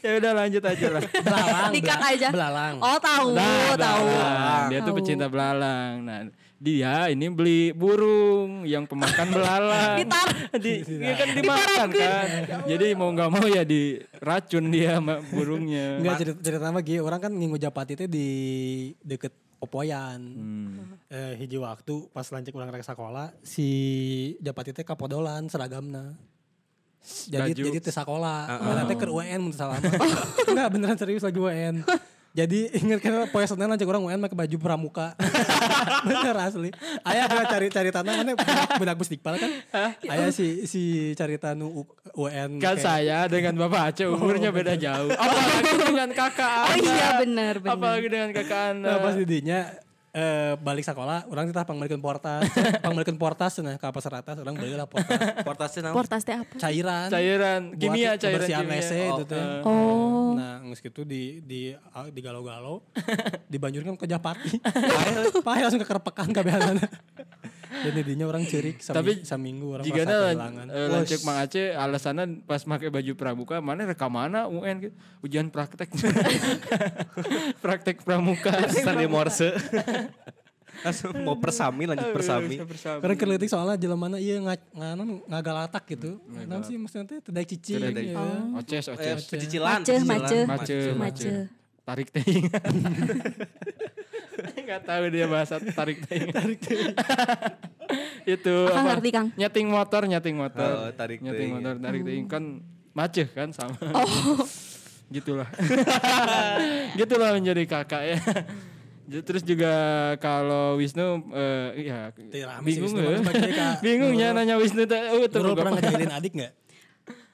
Speaker 1: ya udah lanjut aja lah.
Speaker 2: Belalang.
Speaker 4: Dikat
Speaker 2: bela-
Speaker 4: aja.
Speaker 2: Belalang.
Speaker 4: oh tahu
Speaker 1: Nah,
Speaker 4: tahu
Speaker 1: belalang. Dia tuh
Speaker 4: Tahu.
Speaker 1: pecinta belalang. Nah, dia ini beli burung yang pemakan belalang.
Speaker 4: Ditar-
Speaker 3: [LAUGHS]
Speaker 1: Di, dia kan dimakan
Speaker 4: Ya
Speaker 1: kan. Jadi mau nggak mau ya diracun dia sama
Speaker 3: Iya.
Speaker 1: burungnya.
Speaker 2: Enggak cerita, cerita mah gini, orang kan nginggu Japati teh di deket Popoyan. Eh, hiji waktu pas lanjut orang rek sekolah si Japati teh kapodolan seragamna. Jadi
Speaker 1: Baju.
Speaker 2: jadi teh sekolah. Mana teh keur UN mun teu salah mah. Enggak beneran serius lagi UN. jadi ingat kan poe Senin lanjut orang UN pakai baju pramuka. Bener asli. Ayah kena cari cari tanah mana budak busdikpal kan. Ayah si si cari tanu UN.
Speaker 1: Kan
Speaker 2: kayak-
Speaker 1: saya dengan Bapak Aceh umurnya beda jauh. Oh, [LAUGHS] Apalagi dengan kakak
Speaker 4: oh
Speaker 1: Ana.
Speaker 4: iya benar benar
Speaker 1: Apalagi dengan kakak Ana.
Speaker 2: Nah, pas didinya eh, balik sekolah, orang kita panggilkan portas, panggilkan portas nah ke pasar atas, orang belilah portas,
Speaker 3: Portasnya nama.
Speaker 4: portas teh apa
Speaker 2: cairan,
Speaker 1: Cairan
Speaker 2: buat
Speaker 1: kimia, cairan
Speaker 2: kebersihan
Speaker 1: kimia. Oh, eh.
Speaker 2: WC itu tuh.
Speaker 4: oh
Speaker 2: Nah, nggak gitu di di di galau-galau, [LAUGHS] dibanjurkan ke Japati.
Speaker 1: [LAUGHS]
Speaker 2: Pahit langsung ke kerpekan kebiasaannya. Dan didinya orang cerik sam-
Speaker 1: Tapi
Speaker 2: saminggu orang
Speaker 1: Jika
Speaker 2: merasa
Speaker 1: ada
Speaker 2: kehilangan.
Speaker 1: lancik Mang Aceh alasannya pas pakai baju pramuka mana rekamana UN gitu. ujian praktek praktek pramuka
Speaker 3: Stanley Morse. Langsung mau persami lanjut persami.
Speaker 1: Iya,
Speaker 2: Karena kelitik soalnya jelemana iya nggak ngagalatak gitu. Nah, sih maksudnya teh tidak cici.
Speaker 1: Tidak
Speaker 2: gitu.
Speaker 1: Oces
Speaker 3: Eh,
Speaker 1: oces
Speaker 3: pecicilan,
Speaker 4: maceh maceh
Speaker 1: mace mace
Speaker 4: Mace.
Speaker 1: tarik teh [LAUGHS] nggak tahu dia bahasa tarik teh tarik teh [LAUGHS] itu
Speaker 4: Akang ngerti, Kang.
Speaker 1: nyeting motor nyeting motor
Speaker 3: Oh, tarik
Speaker 1: nyeting
Speaker 3: teuing.
Speaker 1: motor tarik
Speaker 4: Hmm.
Speaker 1: teh kan maceh kan sama
Speaker 4: Oh.
Speaker 1: [LAUGHS] gitulah [LAUGHS] gitulah menjadi kakak ya [LAUGHS] Ju- terus juga kalau Wisnu eh, ya
Speaker 2: rame sih
Speaker 1: bingung
Speaker 2: Wisnu,
Speaker 1: ya
Speaker 2: harus pakai
Speaker 1: [LAUGHS]
Speaker 2: kak.
Speaker 1: bingung ya nanya Wisnu teh oh
Speaker 2: Lu
Speaker 1: terus
Speaker 2: pernah ngajailin adik
Speaker 1: [LAUGHS]
Speaker 2: nggak?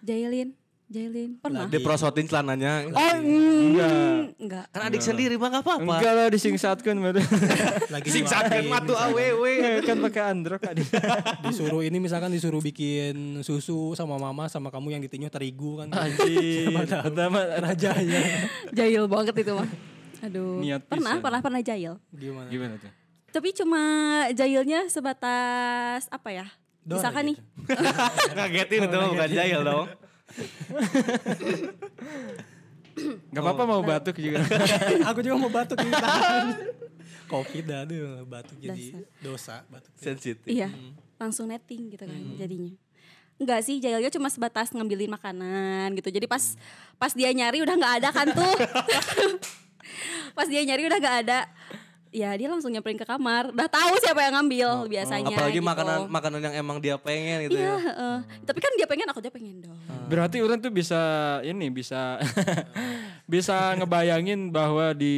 Speaker 4: jailin jailin pernah
Speaker 3: Diprosotin celananya.
Speaker 4: oh
Speaker 1: Enggak.
Speaker 4: mm, enggak
Speaker 3: Kan adik sendiri mah gak apa-apa.
Speaker 1: enggak lah kan, disingsatkan
Speaker 2: Lagi
Speaker 3: Singsakeun mah tuh awewe.
Speaker 1: [LAUGHS] kan pakai androk tadi
Speaker 2: disuruh ini misalkan disuruh bikin susu sama mama sama kamu yang ditinjau terigu kan
Speaker 1: Anjir. Pertama
Speaker 2: raja ya
Speaker 4: jail banget itu mah aduh
Speaker 1: Niat
Speaker 4: pernah
Speaker 1: pisan.
Speaker 4: pernah pernah jail
Speaker 2: gimana
Speaker 1: gimana tuh?
Speaker 4: tapi cuma jailnya sebatas apa ya
Speaker 2: Doa
Speaker 4: misalkan nih
Speaker 2: gitu.
Speaker 3: [LAUGHS] Ngagetin itu mah bukan jahil dong.
Speaker 1: Gak apa-apa mau batuk juga.
Speaker 2: [LAUGHS] aku juga mau batuk ini tahan. covid dah aduh batuk jadi dosa batuk
Speaker 3: Sensitif.
Speaker 4: Iya, langsung netting gitu kan jadinya. Enggak sih, jailnya cuma sebatas ngambilin makanan gitu. Jadi pas pas dia nyari udah nggak ada kan tuh. [LAUGHS] pas dia nyari udah nggak ada. Ya dia langsung nyamperin ke kamar. Udah tahu siapa yang ngambil biasanya.
Speaker 3: Apalagi
Speaker 4: gitu.
Speaker 3: makanan makanan yang emang dia pengen gitu
Speaker 4: Iya,
Speaker 3: ya.
Speaker 4: heeh. tapi kan dia pengen, aku juga pengen dong.
Speaker 1: [LAUGHS] Berarti orang tuh bisa ini bisa [LAUGHS] bisa ngebayangin bahwa di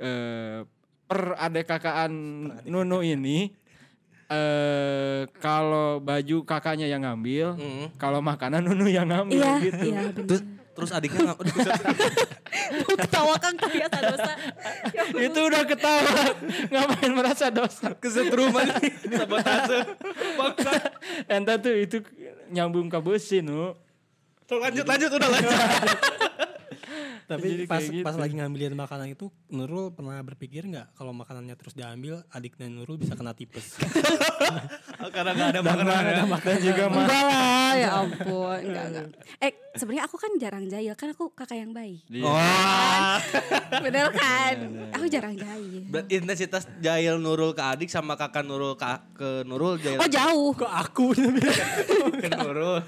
Speaker 1: eh, peradekakaan Nunu ini eh kalau baju kakaknya yang ngambil, kalau makanan Nunu yang ngambil
Speaker 4: Iya,
Speaker 1: gitu.
Speaker 4: iya benar.
Speaker 3: Terus terus adiknya nggak
Speaker 4: Ketawa kan kayak dosa. Ya Allah.
Speaker 1: Itu udah ketawa. [LAUGHS] Ngapain merasa dosa?
Speaker 3: kesetruman sabotase. Bangsa.
Speaker 1: Entah tuh itu nyambung ke besi, Nu.
Speaker 3: Terus lanjut lanjut udah lanjut.
Speaker 1: Jadi
Speaker 2: tapi pas
Speaker 1: kayak gitu.
Speaker 2: pas lagi ngambilin makanan itu Nurul pernah berpikir nggak kalau makanannya terus diambil adiknya Nurul bisa kena tipes [LAUGHS]
Speaker 3: Oh, Karena gak ada
Speaker 1: Dan,
Speaker 3: makanan. ya.
Speaker 1: dan juga ma-
Speaker 4: Enggak lah, ya ampun, enggak enggak. Eh, sebenarnya aku kan jarang jahil, kan aku kakak yang baik.
Speaker 1: Oh,
Speaker 3: Wah.
Speaker 4: [LAUGHS] Bener kan? Aku jarang jahil.
Speaker 3: Ber- Intensitas jahil Nurul ke adik sama kakak Nurul ke, ke Nurul jahil
Speaker 4: Oh jauh,
Speaker 2: kok aku
Speaker 3: [LAUGHS] ke Nurul.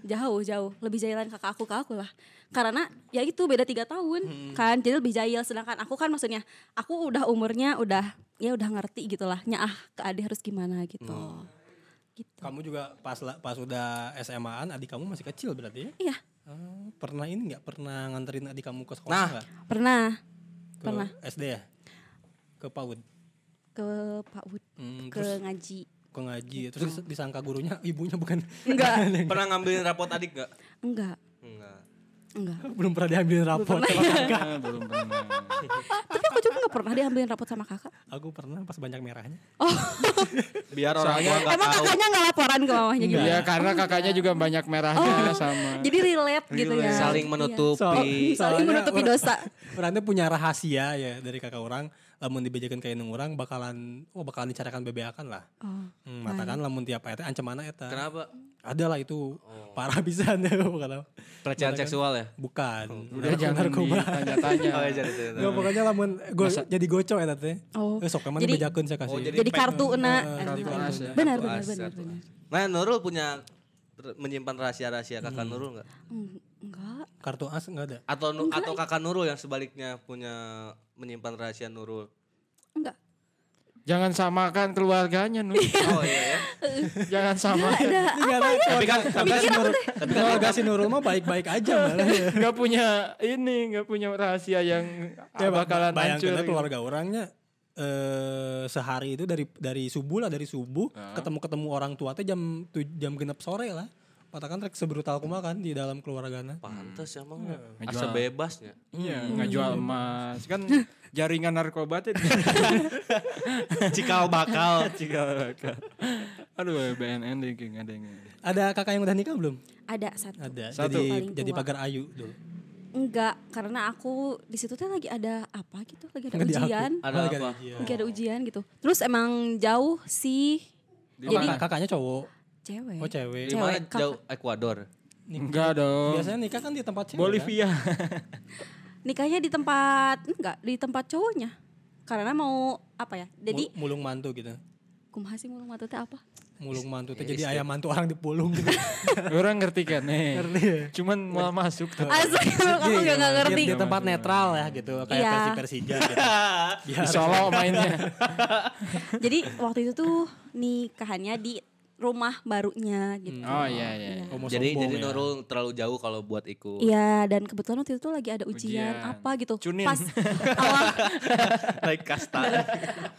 Speaker 4: jauh, jauh. Lebih jahilan kakak aku ke aku lah. Karena ya itu beda tiga tahun kan, jadi lebih jahil. Sedangkan aku kan maksudnya, aku udah umurnya udah ya udah ngerti gitu lah. Nyaah ke adik harus gimana gitu. Gitu.
Speaker 2: kamu juga pas la- pas udah SMA-an adik kamu masih kecil berarti ya
Speaker 4: Iya,
Speaker 2: Ah, pernah ini nggak pernah nganterin adik kamu ke sekolah
Speaker 3: Nah.
Speaker 2: nggak?
Speaker 4: pernah
Speaker 2: ke
Speaker 4: Pernah.
Speaker 2: SD ya ke PAUD
Speaker 4: ke Pak Wud,
Speaker 2: Hmm,
Speaker 4: ke ngaji.
Speaker 2: ke ngaji terus disangka gurunya ibunya bukan
Speaker 4: Gitu.
Speaker 2: [LAUGHS]
Speaker 4: Enggak,
Speaker 3: Pernah ngambilin rapot adik gak?
Speaker 4: enggak.
Speaker 3: Enggak.
Speaker 4: [LAUGHS] Enggak.
Speaker 2: Belum pernah diambilin rapor sama kakak.
Speaker 1: Eh, belum pernah.
Speaker 4: Tapi aku juga nggak pernah diambilin rapot sama kakak.
Speaker 2: [LAUGHS] Aku pernah pas banyak merahnya.
Speaker 3: Biar orang tua nggak
Speaker 4: Emang
Speaker 3: tahu.
Speaker 4: kakaknya nggak laporan ke mamahnya gitu.
Speaker 1: Iya karena kakaknya juga banyak
Speaker 3: Oh.
Speaker 1: merahnya sama.
Speaker 4: Jadi relate, gitu ya.
Speaker 3: Saling
Speaker 4: Iya.
Speaker 3: menutupi.
Speaker 4: Saling menutupi
Speaker 2: orang-
Speaker 4: dosa.
Speaker 2: Orang tuh punya rahasia ya dari kakak orang. Lamun dibejakan kayak nung orang bakalan, oh bakalan dicarakan bebeakan lah.
Speaker 4: Oh.
Speaker 2: Hmm, matakan lamun tiap eta ancam mana eta.
Speaker 3: Kenapa? Oh.
Speaker 2: Ada lah itu parah bisa ya [LAUGHS] bukan.
Speaker 3: Pelecehan seksual ya?
Speaker 2: Bukan.
Speaker 1: Udah jangan
Speaker 2: narkoba.
Speaker 1: ditanya-tanya.
Speaker 3: Oh, jadi itu.
Speaker 2: Ya, pokoknya lamun go, jadi goco eta teh.
Speaker 4: Oh.
Speaker 2: Eh, sok mana
Speaker 4: Jadi-
Speaker 2: dibejakeun saya kasih.
Speaker 3: Oh, jadi-
Speaker 4: Jadi kartu ena.
Speaker 1: kartu as ya.
Speaker 4: Benar,
Speaker 3: Kartu
Speaker 4: benar,
Speaker 3: as,
Speaker 4: benar,
Speaker 3: kartu
Speaker 4: benar.
Speaker 3: as. Nah, Nurul punya r- menyimpan rahasia-rahasia kakak Nurul nggak?
Speaker 4: Eng- Enggak.
Speaker 2: kartu as enggak ada.
Speaker 3: Atau Nu- atau kakak Nurul yang sebaliknya punya menyimpan rahasia Nurul?
Speaker 4: Enggak.
Speaker 1: Jangan samakan keluarganya Nur.
Speaker 3: Oh iya ya.
Speaker 1: Jangan
Speaker 3: [LAUGHS]
Speaker 1: samakan.
Speaker 2: Enggak ada.
Speaker 3: Tapi kan tapi kan
Speaker 2: Tapi keluarga si Nurul mah baik-baik aja
Speaker 4: [LAUGHS]
Speaker 2: malah ya.
Speaker 1: Gak punya ini, gak punya rahasia yang bakalan hancur.
Speaker 2: bayangkan
Speaker 1: gitu.
Speaker 2: keluarga orangnya eh sehari itu dari dari subuh lah dari subuh
Speaker 3: Ah.
Speaker 2: ketemu-ketemu orang tua teh jam tu- jam genep sore lah. Katakan trek sebrutal kumaha kan di dalam keluargana.
Speaker 3: pantas emang
Speaker 4: Iya.
Speaker 3: ya. Asa bebasnya.
Speaker 1: Iya, ngejual emas. Kan jaringan narkoba tuh.
Speaker 3: [LAUGHS] Cikal
Speaker 1: [LAUGHS]
Speaker 3: bakal.
Speaker 1: Jika Aduh, BNN deh kayak ada yang.
Speaker 2: Ada kakak yang udah nikah belum?
Speaker 4: Ada satu.
Speaker 2: Ada.
Speaker 1: Satu.
Speaker 2: Jadi
Speaker 4: Paling tua.
Speaker 2: jadi pagar ayu dulu.
Speaker 4: Enggak, karena aku di situ tuh lagi ada apa gitu, lagi ada
Speaker 2: Nggak diaku.
Speaker 4: ujian,
Speaker 3: Ada
Speaker 2: Oh, lagi
Speaker 3: apa?
Speaker 2: ujian.
Speaker 4: lagi ada ujian gitu. Terus emang jauh sih
Speaker 2: Oh, kakak- kakaknya cowok.
Speaker 4: cewek.
Speaker 2: Oh, cewek.
Speaker 3: Di mana
Speaker 4: Cewek, kakak.
Speaker 3: jauh Ekuador?
Speaker 1: Enggak dong.
Speaker 2: Biasanya nikah kan di tempat cewek. kan?
Speaker 3: [LAUGHS]
Speaker 1: Bolivia.
Speaker 4: Nikahnya di tempat enggak, di tempat cowoknya. Karena mau apa ya? Jadi
Speaker 2: Mul- mulung mantu gitu.
Speaker 4: kumaha sih mulung mata teh apa?
Speaker 2: Mulung mantu teh jadi ayam mantu orang dipulung gitu.
Speaker 1: Orang ngerti kan nih. Cuman mau masuk tuh.
Speaker 4: Asli [LAUGHS] aku
Speaker 2: iya,
Speaker 4: enggak enggak ngerti.
Speaker 2: Di, di
Speaker 3: Iya.
Speaker 2: tempat netral ya gitu, kayak
Speaker 4: Iya.
Speaker 2: versi Persija gitu.
Speaker 1: Di Solo mainnya.
Speaker 4: Jadi waktu itu tuh nikahannya di rumah barunya gitu.
Speaker 1: Oh iya iya. iya.
Speaker 2: Homo
Speaker 3: Jadi
Speaker 2: sombong
Speaker 3: jadi
Speaker 2: ya.
Speaker 3: Nurul terlalu jauh kalau buat ikut.
Speaker 4: Iya dan kebetulan waktu itu tuh lagi ada ujian,
Speaker 1: Ujian.
Speaker 4: apa gitu.
Speaker 1: Cunin.
Speaker 4: Pas awal
Speaker 3: Naik
Speaker 4: [LAUGHS]
Speaker 3: kasta.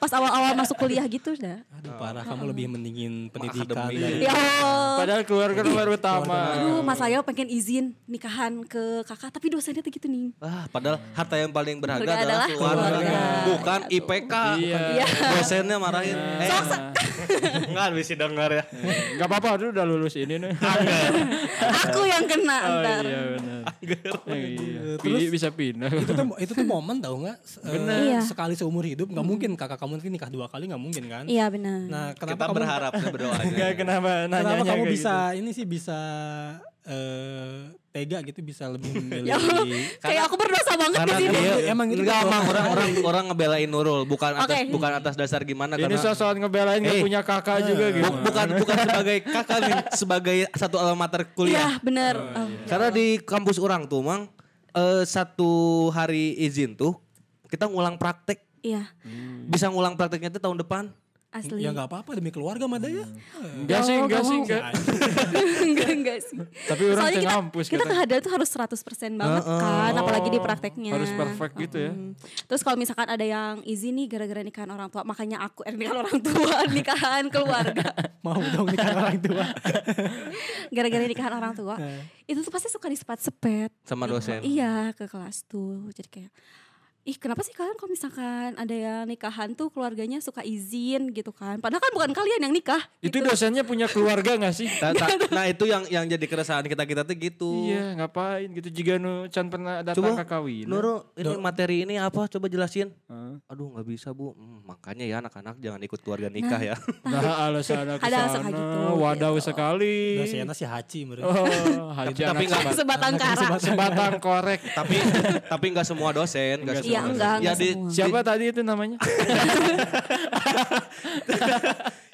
Speaker 4: pas awal-awal masuk kuliah gitu dah.
Speaker 2: Aduh parah, kamu lebih mendingin pendidikan.
Speaker 3: akademik.
Speaker 2: dari-
Speaker 4: Ya Allah.
Speaker 1: Padahal Oh. keluarga nomor utama.
Speaker 4: Aduh, Mas Ayo pengen izin nikahan ke kakak, tapi dosennya tuh
Speaker 3: [LAUGHS]
Speaker 4: gitu nih.
Speaker 3: Ah, padahal harta yang paling berharga
Speaker 4: Berharga
Speaker 3: adalah
Speaker 4: adalah
Speaker 3: keluarga,
Speaker 4: keluarga.
Speaker 3: bukan
Speaker 4: Iya tuh.
Speaker 3: IPK.
Speaker 1: Iya.
Speaker 4: Iya.
Speaker 3: Dosennya marahin. Eh, [LAUGHS] enggak bisa dengar ya.
Speaker 1: Enggak apa-apa, aduh udah lulus ini [LAUGHS] nih.
Speaker 4: Aku yang kena ntar.
Speaker 1: Iya benar. Iya. Pilih bisa pindah.
Speaker 2: itu tuh itu tuh momen tau nggak Se- eh,
Speaker 4: Iya.
Speaker 2: sekali seumur hidup nggak mungkin kakak kamu nanti nikah dua kali nggak mungkin kan
Speaker 4: Iya benar.
Speaker 2: nah
Speaker 3: Kita
Speaker 2: kenapa kamu
Speaker 3: berharap dan berdoa aja.
Speaker 1: Enggak [LAUGHS] kenapa gitu? nanya
Speaker 2: kenapa kamu bisa ini sih bisa eh, tega gitu bisa lebih
Speaker 4: Ya
Speaker 2: memilih
Speaker 4: Kayak aku berdosa banget
Speaker 3: Karena
Speaker 4: di sini.
Speaker 3: dia
Speaker 2: Emang gitu
Speaker 3: enggak
Speaker 2: doang.
Speaker 3: emang orang orang orang ngebelain Nurul bukan atas
Speaker 4: Oke.
Speaker 3: bukan atas dasar gimana
Speaker 1: Ini
Speaker 3: karena
Speaker 1: sosokan ngebelain gak
Speaker 3: Eh.
Speaker 1: punya kakak juga gitu.
Speaker 3: bu- bukan bukan sebagai kakak nih, sebagai satu alma mater
Speaker 4: Iya
Speaker 3: kuliah.
Speaker 4: benar. Oh,
Speaker 3: Karena di kampus orang tuh mang eh, satu hari izin tuh kita ngulang praktek
Speaker 4: Iya
Speaker 3: bisa ngulang prakteknya tuh tahun depan.
Speaker 4: asli. [LAUGHS]
Speaker 2: ya nggak apa-apa demi keluarga mah ada ya
Speaker 1: Enggak sih,
Speaker 4: Oh,
Speaker 1: enggak
Speaker 4: gak
Speaker 1: sih,
Speaker 4: mau.
Speaker 1: enggak.
Speaker 4: enggak enggak sih.
Speaker 1: Tapi orang
Speaker 4: Soalnya
Speaker 1: teh
Speaker 4: kita,
Speaker 1: ngampus gitu.
Speaker 4: kita
Speaker 1: kata.
Speaker 4: kehadiran tuh harus 100% banget kan, apalagi di prakteknya.
Speaker 1: harus perfect gitu ya.
Speaker 4: Mm. Terus kalau misalkan ada yang izin nih gara-gara nikahan orang tua, makanya aku eh, nikahan orang tua, [LAUGHS] nikahan keluarga,
Speaker 2: Eh, mau dong nikah orang tua
Speaker 4: gara-gara nikahan orang tua, itu tuh pasti suka disepet-sepet.
Speaker 3: Sama dosen.
Speaker 4: Iya ke kelas tuh, jadi kayak Ih kenapa sih kalian kalau misalkan ada yang nikahan tuh keluarganya suka izin gitu kan Padahal kan bukan kalian yang nikah
Speaker 1: Itu dosennya punya keluarga gak [LAUGHS] sih?
Speaker 3: Ta- ta- nah itu yang yang jadi keresahan kita kita tuh gitu.
Speaker 1: Iya, ngapain gitu. Jika nu Chan pernah datang
Speaker 3: Coba
Speaker 1: ke kawin.
Speaker 3: Nurul ini materi ini apa coba jelasin.
Speaker 1: Heeh.
Speaker 3: Aduh nggak bisa bu. Hmm, makanya ya anak-anak jangan ikut keluarga nikah ya.
Speaker 1: Nah, alasan [LAUGHS] ada Iya.
Speaker 4: Ada
Speaker 1: kesana,
Speaker 4: suka gitu,
Speaker 1: wadaw
Speaker 4: gitu.
Speaker 1: sekali.
Speaker 2: dosennya si Haji menurut
Speaker 1: Oh, haji
Speaker 3: Tapi
Speaker 1: anak
Speaker 3: nggak-
Speaker 1: sebat-
Speaker 4: [LAUGHS] sebatang kara
Speaker 1: sebatang korek.
Speaker 3: tapi tapi nggak semua dosen. nggak
Speaker 1: Nggak
Speaker 3: semua
Speaker 4: Iya
Speaker 3: dosen.
Speaker 4: enggak,
Speaker 3: Ya
Speaker 4: enggak
Speaker 3: di,
Speaker 4: semua
Speaker 1: Siapa tadi itu namanya?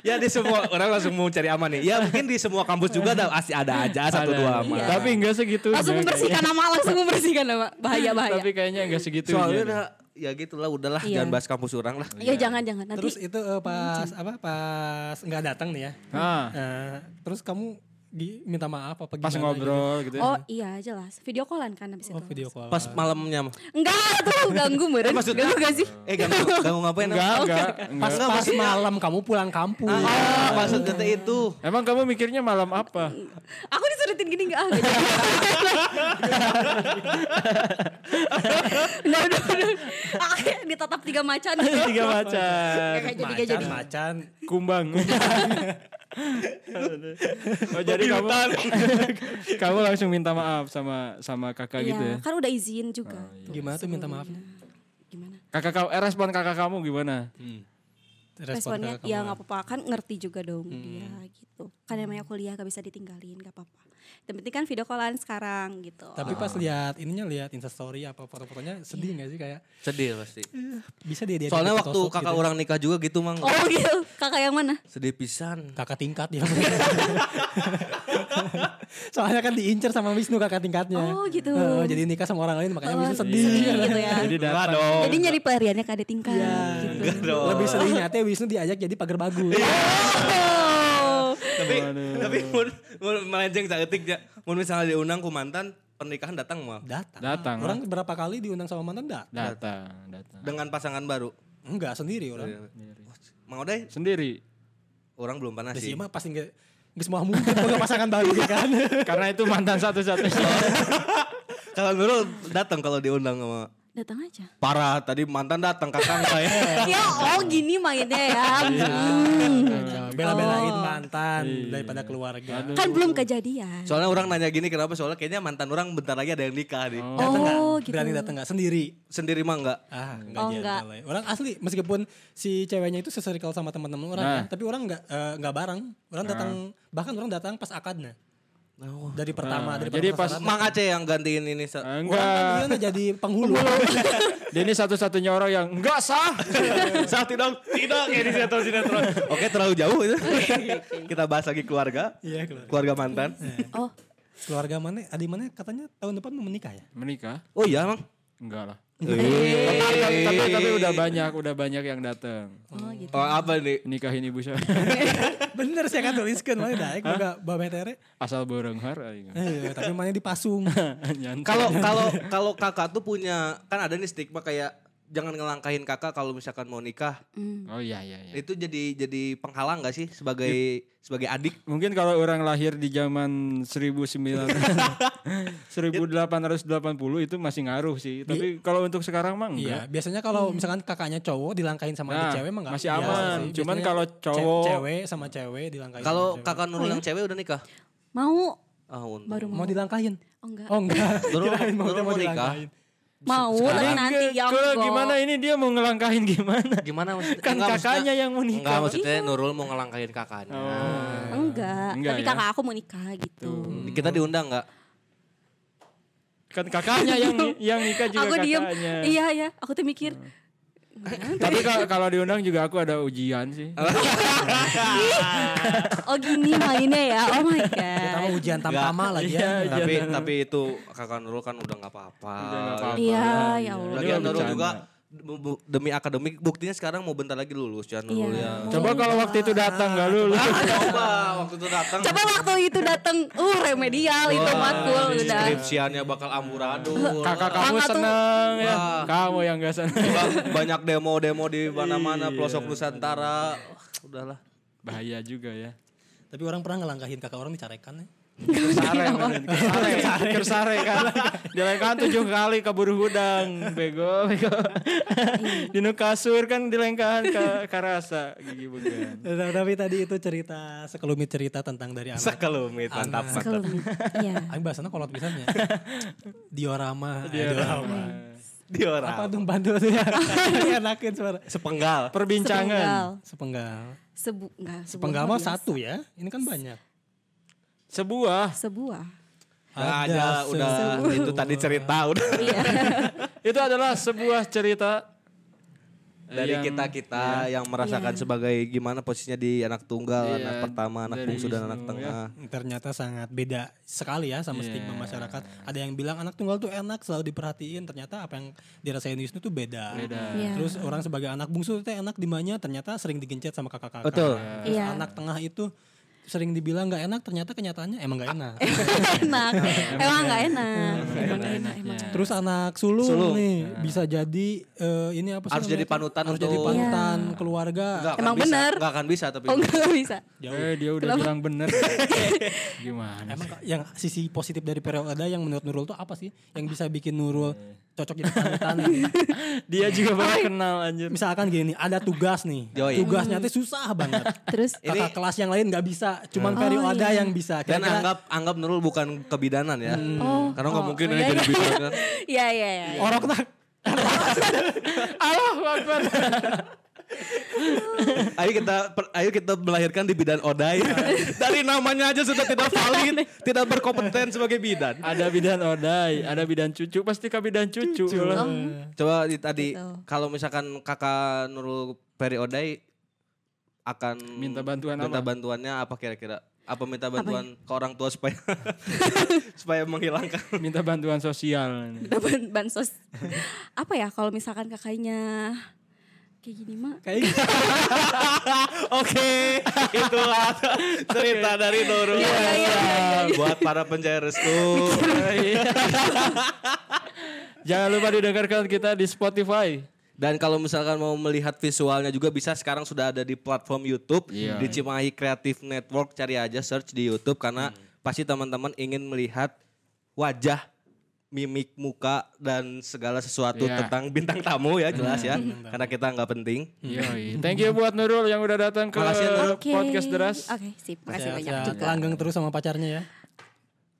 Speaker 3: ya di semua orang langsung mau cari aman nih. Ya mungkin di semua kampus juga ada pasti ada aja satu
Speaker 1: Ada.
Speaker 3: dua aman.
Speaker 1: Iya. Tapi enggak segitu.
Speaker 4: Langsung membersihkan ya, nama, langsung membersihkan nama Bahaya, bahaya
Speaker 1: gitu. Tapi kayaknya enggak segitu. Ah,
Speaker 3: soalnya udah, ya gitulah udahlah
Speaker 4: Iya.
Speaker 3: jangan bahas kampus orang lah.
Speaker 4: Ya jangan, jangan, nanti
Speaker 2: terus itu eh, pas apa pas nggak datang nih ya
Speaker 1: Ah.
Speaker 2: Eh, terus kamu di- minta maaf apa
Speaker 1: Pas
Speaker 2: gimana
Speaker 1: ngobrol gitu.
Speaker 4: Oh iya jelas. Video callan kan abis
Speaker 2: gitu? Oh
Speaker 4: itu.
Speaker 2: video call.
Speaker 3: Pas malamnya mah.
Speaker 4: Enggak [LAUGHS] tuh
Speaker 2: [LAUGHS]
Speaker 4: ganggu meren.
Speaker 3: maksudnya-
Speaker 4: Ganggu gak sih?
Speaker 3: Eh ganggu ganggu ngapain?
Speaker 1: enggak, enggak,
Speaker 3: Pas
Speaker 1: enggak.
Speaker 3: enggak
Speaker 2: Pas
Speaker 3: pas
Speaker 2: malam kamu pulang kampung.
Speaker 3: Ah, maksudnya teh itu.
Speaker 1: Emang kamu mikirnya malam apa?
Speaker 4: Aku disurutin gini enggak. ah,
Speaker 2: [LAUGHS]
Speaker 4: nggak jadi. Enggak udah udah. Ah, ditatap tiga macan.
Speaker 1: Tiga macan.
Speaker 4: Kayak jadi
Speaker 2: Iya, macan,
Speaker 4: kayak jadi.
Speaker 2: macan.
Speaker 1: Kumbang. oh, jadi kamu [LAUGHS] kamu langsung minta maaf sama sama kakak gitu ya.
Speaker 4: Iya, kan udah izin juga. tuh
Speaker 2: Gimana tuh minta maafnya?
Speaker 4: Gimana?
Speaker 1: Kakak kamu eh, respon kakak kamu gimana?
Speaker 2: Respon
Speaker 4: Responnya
Speaker 2: kakak
Speaker 4: ya
Speaker 2: kamu.
Speaker 4: nggak apa-apa kan ngerti juga dong
Speaker 2: Hmm.
Speaker 4: dia gitu. Kan namanya kuliah gak bisa ditinggalin gak apa-apa. Yang penting kan video callan sekarang gitu.
Speaker 2: Tapi pas lihat ininya lihat instastory apa foto-fotonya
Speaker 4: Iya.
Speaker 2: sedih nggak sih kayak
Speaker 3: Sedih pasti.
Speaker 2: bisa dia dia dia
Speaker 3: Soalnya waktu
Speaker 2: ketosok
Speaker 3: kakak
Speaker 2: gitu.
Speaker 3: orang nikah juga gitu mang.
Speaker 4: Oh gitu. Kakak yang mana?
Speaker 3: Sedih pisan.
Speaker 2: kakak tingkat dia. [LAUGHS] Soalnya kan diincer sama Wisnu kakak tingkatnya.
Speaker 4: Oh, gitu.
Speaker 2: Iya. Heeh, jadi nikah sama orang lain makanya Wisnu
Speaker 4: Oh,
Speaker 2: sedih.
Speaker 4: sedih gitu ya.
Speaker 1: Iya. Jadi
Speaker 3: Enggak
Speaker 1: datang.
Speaker 3: dong.
Speaker 4: Jadi nyari pelariannya ke ada tingkat gitu.
Speaker 3: Enggak dong.
Speaker 2: Lebih sedihnya teh Wisnu diajak jadi pagar bagus.
Speaker 4: Oh.
Speaker 3: tapi tapi mun mun melenceng saeutik ya. Mun misalnya diundang ku mantan pernikahan datang mah
Speaker 2: Datang.
Speaker 1: Datang.
Speaker 2: Orang berapa kali diundang sama mantan datang.
Speaker 1: Datang, datang.
Speaker 3: dengan pasangan baru.
Speaker 2: Enggak sendiri
Speaker 3: Iya,
Speaker 2: orang.
Speaker 3: Mau deh,
Speaker 1: Sendiri.
Speaker 3: orang belum pernah
Speaker 2: Udah
Speaker 3: sih.
Speaker 2: sih Iya, mah pasti enggak Gak semua mungkin punya pasangan baru ya kan.
Speaker 1: Karena itu mantan satu-satunya.
Speaker 3: Kalau Nurul datang kalau diundang sama
Speaker 4: Datang aja.
Speaker 3: parah tadi mantan datang kakak saya.
Speaker 4: ya oh gini mainnya ya. Hmm. Oh.
Speaker 2: Bela-belain mantan
Speaker 1: Iya.
Speaker 2: daripada keluarga.
Speaker 4: Kan belum kejadian.
Speaker 3: Soalnya orang nanya gini kenapa? Soalnya kayaknya mantan orang bentar lagi ada yang nikah nih.
Speaker 2: Datang nggak?
Speaker 4: Oh gitu.
Speaker 2: Berani datang nggak sendiri?
Speaker 3: Sendiri mah enggak.
Speaker 2: Ah, enggak
Speaker 4: Oh,
Speaker 2: jadi
Speaker 4: enggak.
Speaker 2: lah ya. Orang asli meskipun si ceweknya itu sesirkel sama teman-teman orang
Speaker 1: Nah.
Speaker 2: ya, tapi orang enggak eh, enggak bareng. Orang datang bahkan orang datang pas akadnya. Dari pertama,
Speaker 1: Oh.
Speaker 2: dari
Speaker 1: Nah, jadi pas-
Speaker 2: pertama
Speaker 3: Mang Aceh yang gantiin ini. Sa- [LAUGHS]
Speaker 2: orang kan
Speaker 1: Enggak.
Speaker 2: dia udah jadi penghulu.
Speaker 1: Dia ini satu-satunya orang yang enggak sah.
Speaker 3: Sah tidak tidak kayak di sinetron sinetron. Oke terlalu jauh itu. Kita bahas lagi keluarga.
Speaker 2: Iya, keluarga.
Speaker 3: Keluarga Eh. mantan.
Speaker 4: Oh
Speaker 2: [LAUGHS] keluarga mana? Adik mana katanya tahun depan mau menikah ya?
Speaker 1: Menikah?
Speaker 3: Oh iya mang.
Speaker 1: Enggak lah.
Speaker 3: Eh.
Speaker 1: Tapi, tapi, tapi udah banyak, udah banyak yang datang.
Speaker 4: oh gitu.
Speaker 3: Oh apa nih?
Speaker 1: Nikahin ibu saya. [LAUGHS]
Speaker 2: Bener sih kan tuliskan mana daek boga babe tere.
Speaker 1: Asal iya. boreng har. aing.
Speaker 2: Eh, tapi mana dipasung.
Speaker 1: Nyantai.
Speaker 3: Kalau kalau kalau kakak tuh punya kan ada nih stigma kayak jangan ngelangkahin kakak kalau misalkan mau nikah
Speaker 1: Oh iya iya iya.
Speaker 3: itu jadi jadi penghalang gak sih sebagai sebagai adik?
Speaker 1: Mungkin kalau orang lahir di zaman [LAUGHS] 1900 1880 itu masih ngaruh sih. Tapi kalau untuk sekarang mah enggak. Hmm.
Speaker 2: Iya, biasanya kalau misalkan kakaknya cowok dilangkahin sama
Speaker 1: Nah,
Speaker 2: adik cewek emang nggak
Speaker 1: masih
Speaker 2: biasa
Speaker 1: aman.
Speaker 2: sih.
Speaker 1: Cuman
Speaker 2: Biasanya
Speaker 1: kalau
Speaker 2: ce-
Speaker 1: cowok-
Speaker 2: cewek sama cewek dilangkahin.
Speaker 3: Kalau
Speaker 2: sama cewek.
Speaker 3: kakak
Speaker 1: Iya.
Speaker 3: Nurul yang cewek udah nikah?
Speaker 4: Mau
Speaker 3: Ah untung.
Speaker 4: baru mau.
Speaker 2: mau dilangkahin.
Speaker 4: Oh enggak.
Speaker 2: Oh enggak.
Speaker 3: Nurul-
Speaker 2: [LAUGHS] Kirain mau,
Speaker 3: Nurul
Speaker 2: mau
Speaker 3: mau nikah?
Speaker 2: dilangkahin.
Speaker 4: Mau tapi
Speaker 1: Enggak,
Speaker 4: nanti ya
Speaker 1: kalau
Speaker 4: enggak.
Speaker 1: gimana ini dia mau ngelangkahin gimana?
Speaker 3: Gimana maksudnya?
Speaker 1: Kan
Speaker 3: Enggak, maksudnya-
Speaker 1: kakaknya yang mau nikah.
Speaker 3: Enggak maksudnya Nurul mau ngelangkahin kakaknya.
Speaker 1: Oh.
Speaker 4: Enggak.
Speaker 1: Enggak
Speaker 4: Tapi
Speaker 1: ya?
Speaker 4: kakak aku mau nikah gitu.
Speaker 3: Hmm, Kita diundang nggak?
Speaker 1: Kan kakaknya yang yang nikah juga
Speaker 4: Aku diem.
Speaker 1: kakaknya.
Speaker 4: Iya ya. Aku tuh mikir.
Speaker 1: Tapi kalau kalau diundang juga aku ada ujian sih.
Speaker 4: Oh gini mainnya ya. Oh my
Speaker 2: Kita mau
Speaker 4: god.
Speaker 2: ujian tamtama lagi ya.
Speaker 1: Iya,
Speaker 3: tapi tapi itu kakak Nurul kan udah nggak apa-apa.
Speaker 1: Udah nggak apa-apa.
Speaker 4: Iya ya
Speaker 1: Iya.
Speaker 4: Allah.
Speaker 3: Lagian
Speaker 1: Ini mah
Speaker 3: Nurul
Speaker 1: bercanda.
Speaker 3: juga bu- bu- demi akademik buktinya sekarang mau bentar lagi lulus ya Nurul
Speaker 4: Iya.
Speaker 3: ya.
Speaker 1: Coba kalau waktu itu datang gak lu. lu-
Speaker 3: Ah, coba waktu itu datang
Speaker 4: Coba waktu itu datang, uh remedial itu matkul udah.
Speaker 3: skripsiannya bakal amburadul.
Speaker 1: Kakak kamu
Speaker 4: Kakak tuh-
Speaker 1: seneng ya. Kamu yang gak [LAUGHS] seneng.
Speaker 3: Bang, banyak demo-demo di mana-mana pelosok Nusantara. Wah, udahlah.
Speaker 1: Bahaya juga ya.
Speaker 2: Tapi orang pernah ngelangkahin kakak orang dicarekan ya.
Speaker 1: Kersare, men. kersare, kersare [LAUGHS] kan. Dilengkahan tujuh kali keburu hudang, bego,
Speaker 4: [LAUGHS]
Speaker 1: bego. Dinu kasur kan dilengkahan ke karasa gigi bukan.
Speaker 2: Tapi- Nah, Tapi tadi itu cerita sekelumit cerita tentang dari anak.
Speaker 3: Sekelumit mantap mantap.
Speaker 4: Sekelumit. Iya.
Speaker 2: Aing bahasana kolot [LAUGHS] pisannya. Diorama. Eh, Diorama.
Speaker 3: Diorama.
Speaker 2: Apa tuh bantu
Speaker 1: [LAUGHS]
Speaker 2: tuh ya. Enakin suara.
Speaker 3: Sepenggal.
Speaker 1: Perbincangan.
Speaker 4: Sepenggal.
Speaker 2: Sepenggal.
Speaker 4: Sebu enggak sebuah
Speaker 2: Sepenggal mah
Speaker 4: biasa.
Speaker 2: satu ya. Ini kan banyak.
Speaker 1: Sebuah
Speaker 4: Sebuah.
Speaker 3: Nah, ada
Speaker 2: se-
Speaker 3: udah itu tadi cerita udah
Speaker 4: Iya.
Speaker 1: itu adalah sebuah cerita
Speaker 3: dari
Speaker 1: Yang-
Speaker 3: kita kita yang merasakan
Speaker 4: Iya.
Speaker 3: sebagai gimana posisinya di anak tunggal,
Speaker 1: Iya,
Speaker 3: anak pertama, anak
Speaker 1: dari
Speaker 3: bungsu dan
Speaker 1: Wisnu,
Speaker 3: anak
Speaker 1: ya.
Speaker 3: tengah.
Speaker 2: Iya. Ternyata sangat beda sekali ya
Speaker 3: Iya.
Speaker 2: sama stigma masyarakat. Ada yang bilang anak tunggal tuh enak selalu diperhatiin. Ternyata apa yang dirasain Wisnu tuh beda.
Speaker 4: Iya.
Speaker 2: Terus orang sebagai anak bungsu tuh enak dimanya ternyata sering digencet sama kakak-kakak.
Speaker 3: Betul.
Speaker 2: Terus
Speaker 4: Iya.
Speaker 2: anak tengah itu sering dibilang nggak enak ternyata kenyataannya emang
Speaker 3: Ah.
Speaker 2: nggak enak.
Speaker 4: [LAUGHS] enak. Emang nggak enak. Emang nggak Nah, enak. Emang.
Speaker 2: Terus anak sulung,
Speaker 3: Sulung. Iya.
Speaker 2: nih bisa jadi eh, ini apa sih
Speaker 3: Harus jadi
Speaker 2: namanya?
Speaker 3: panutan
Speaker 2: harus
Speaker 3: untuk-
Speaker 4: Iya.
Speaker 2: jadi panutan keluarga.
Speaker 3: Nggak akan
Speaker 4: Emang
Speaker 3: bisa,
Speaker 4: bener.
Speaker 3: nggak akan bisa tapi.
Speaker 4: Oh nggak bisa.
Speaker 1: Eh dia udah
Speaker 4: Kenapa?
Speaker 1: bilang
Speaker 4: [LAUGHS]
Speaker 1: bener. Gimana?
Speaker 2: Emang yang sisi positif dari periode yang menurut Nurul tuh apa sih yang bisa bikin Nurul
Speaker 3: Iya.
Speaker 2: cocok jadi panutan?
Speaker 3: [LAUGHS]
Speaker 1: Dia juga baru kenal anjir.
Speaker 2: Misalkan gini, ada tugas nih.
Speaker 3: Yoi.
Speaker 2: Tugasnya tuh susah banget.
Speaker 4: Terus
Speaker 2: Kakak
Speaker 3: [LAUGHS] Ini-
Speaker 2: kelas yang lain nggak bisa, cuman
Speaker 4: Oh,
Speaker 2: periode
Speaker 4: iya.
Speaker 2: yang bisa.
Speaker 3: Dan
Speaker 2: Kira-kira-
Speaker 3: anggap anggap Nurul bukan kebidanan ya.
Speaker 4: Oh,
Speaker 3: Karena nggak
Speaker 4: oh,
Speaker 3: mungkin
Speaker 4: oh,
Speaker 3: ini
Speaker 4: iya,
Speaker 3: jadi
Speaker 4: iya.
Speaker 3: bidanan.
Speaker 4: Iya iya iya.
Speaker 2: orok nah.
Speaker 1: Allah Akbar.
Speaker 3: Ayo kita per- ayo kita melahirkan di bidan odai.
Speaker 4: Iya.
Speaker 3: Dari namanya aja sudah tidak valid, tidak berkompeten sebagai bidan.
Speaker 4: Iya.
Speaker 1: ada bidan odai, ada bidan cucu, pasti ke bidan cucu. lah.
Speaker 4: Oh,
Speaker 3: Coba di- tadi
Speaker 4: Gitu.
Speaker 3: kalau misalkan kakak Nurul Peri Odai akan
Speaker 1: Minta bantuan
Speaker 3: minta
Speaker 1: apa?
Speaker 3: bantuannya apa kira-kira? Apa minta bantuan
Speaker 4: ya?
Speaker 3: ke orang tua supaya
Speaker 4: [LAUGHS]
Speaker 3: supaya menghilangkan?
Speaker 1: Minta bantuan sosial. ini.
Speaker 4: Udah ban- bansos. Apa ya kalau misalkan kakaknya kayak gini mah
Speaker 2: Kayak gitu.
Speaker 3: Oke, itulah cerita dari Nurul.
Speaker 4: Iya, iya, iya,
Speaker 3: Buat para penjaya
Speaker 4: [LAUGHS]
Speaker 3: restu.
Speaker 1: Jangan lupa didengarkan kita di Spotify.
Speaker 3: Dan kalau misalkan mau melihat visualnya juga bisa sekarang sudah ada di platform YouTube
Speaker 1: Iya.
Speaker 3: di Cimahi Creative Network cari aja search di YouTube karena
Speaker 1: Hmm.
Speaker 3: pasti teman-teman ingin melihat wajah, mimik muka dan segala sesuatu
Speaker 1: Iya. Hmm.
Speaker 3: tentang bintang tamu ya jelas ya karena kita nggak penting.
Speaker 1: Yoi. Thank you buat Nurul yang udah datang ke
Speaker 3: Hmm. Makasih, Nurul.
Speaker 4: oke.
Speaker 1: podcast Deras.
Speaker 4: Oke, sip. Makasih banyak
Speaker 2: Ya,
Speaker 4: juga.
Speaker 2: Langgeng terus sama pacarnya ya.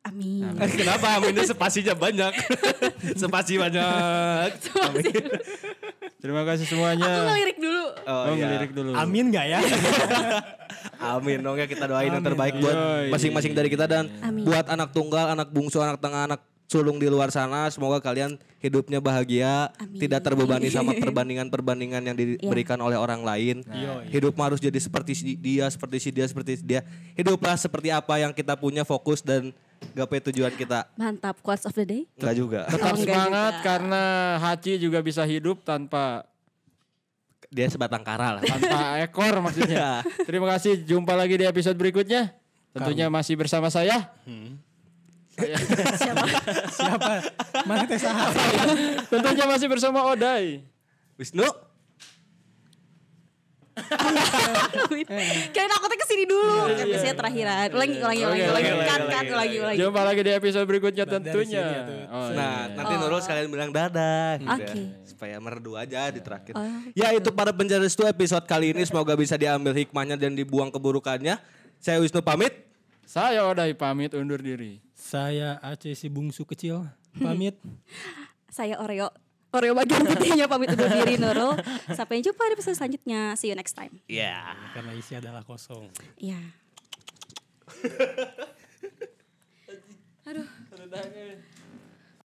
Speaker 4: Amin.
Speaker 3: [LAUGHS] Kenapa Aminnya spasinya
Speaker 2: [LAUGHS]
Speaker 3: banyak? Spasi banyak.
Speaker 1: Terima kasih
Speaker 4: Aku
Speaker 1: semuanya.
Speaker 4: ngelirik dulu.
Speaker 1: Oh,
Speaker 3: Oh, iya.
Speaker 1: ngelirik dulu.
Speaker 2: Amin gak
Speaker 3: [LAUGHS]
Speaker 2: ya?
Speaker 3: Amin dong ya kita doain yang terbaik buat
Speaker 1: Yoi.
Speaker 3: masing-masing dari kita dan
Speaker 4: Amin.
Speaker 3: buat anak tunggal, anak bungsu, anak tengah, anak sulung di luar sana. Semoga kalian hidupnya bahagia,
Speaker 4: Amin. Iya.
Speaker 3: tidak terbebani
Speaker 4: [LAUGHS]
Speaker 3: sama perbandingan-perbandingan yang diberikan oleh orang lain.
Speaker 1: Nah.
Speaker 3: Hidup mah harus jadi seperti si dia, seperti si dia, seperti si dia. Hiduplah seperti apa yang kita punya fokus dan gapai tujuan kita.
Speaker 4: Mantap quotes of the [LAUGHS] day.
Speaker 3: Enggak juga.
Speaker 1: Tetap
Speaker 4: Oh, enggak
Speaker 1: semangat
Speaker 4: juga.
Speaker 1: karena Haji juga bisa hidup tanpa
Speaker 3: Dia sebatang kara lah.
Speaker 4: [LAUGHS]
Speaker 1: tanpa ekor
Speaker 3: Iya.
Speaker 1: maksudnya. Terima kasih. Jumpa lagi di episode berikutnya. Tentunya masih bersama
Speaker 3: [LAUGHS]
Speaker 1: saya.
Speaker 2: Siapa? Mana teh sahab?
Speaker 1: Tentunya masih bersama Odai.
Speaker 3: Wisnu,
Speaker 4: Kirain aku tuh kesini dulu. Kan biasanya terakhiran. Ulangi, ulangi, ulangi,
Speaker 1: Oke,
Speaker 4: ulangi.
Speaker 1: oke,
Speaker 4: Kan,
Speaker 3: oke,
Speaker 4: kan,
Speaker 3: oke,
Speaker 4: ulangi, ulangi.
Speaker 1: Jumpa lagi di episode berikutnya
Speaker 2: Dan dari
Speaker 1: tentunya.
Speaker 2: sini ya, tuh.
Speaker 1: Oh, iya.
Speaker 3: Nah, nanti Nurul sekalian bilang dadah gitu ya.
Speaker 4: Oke.
Speaker 3: Supaya merdu aja di terakhir.
Speaker 4: Oh,
Speaker 3: Ya itu para penjara itu episode kali ini semoga bisa diambil hikmahnya dan dibuang keburukannya. Saya Wisnu pamit.
Speaker 1: Saya Odai pamit undur diri.
Speaker 2: Saya Aceh si bungsu kecil. Pamit.
Speaker 4: Saya Oreo. Oreo bagian putihnya pamit undur diri Nurul. Sampai jumpa di episode selanjutnya. See you next time.
Speaker 3: Ya.
Speaker 2: Karena isi adalah kosong.
Speaker 4: Iya. Aduh.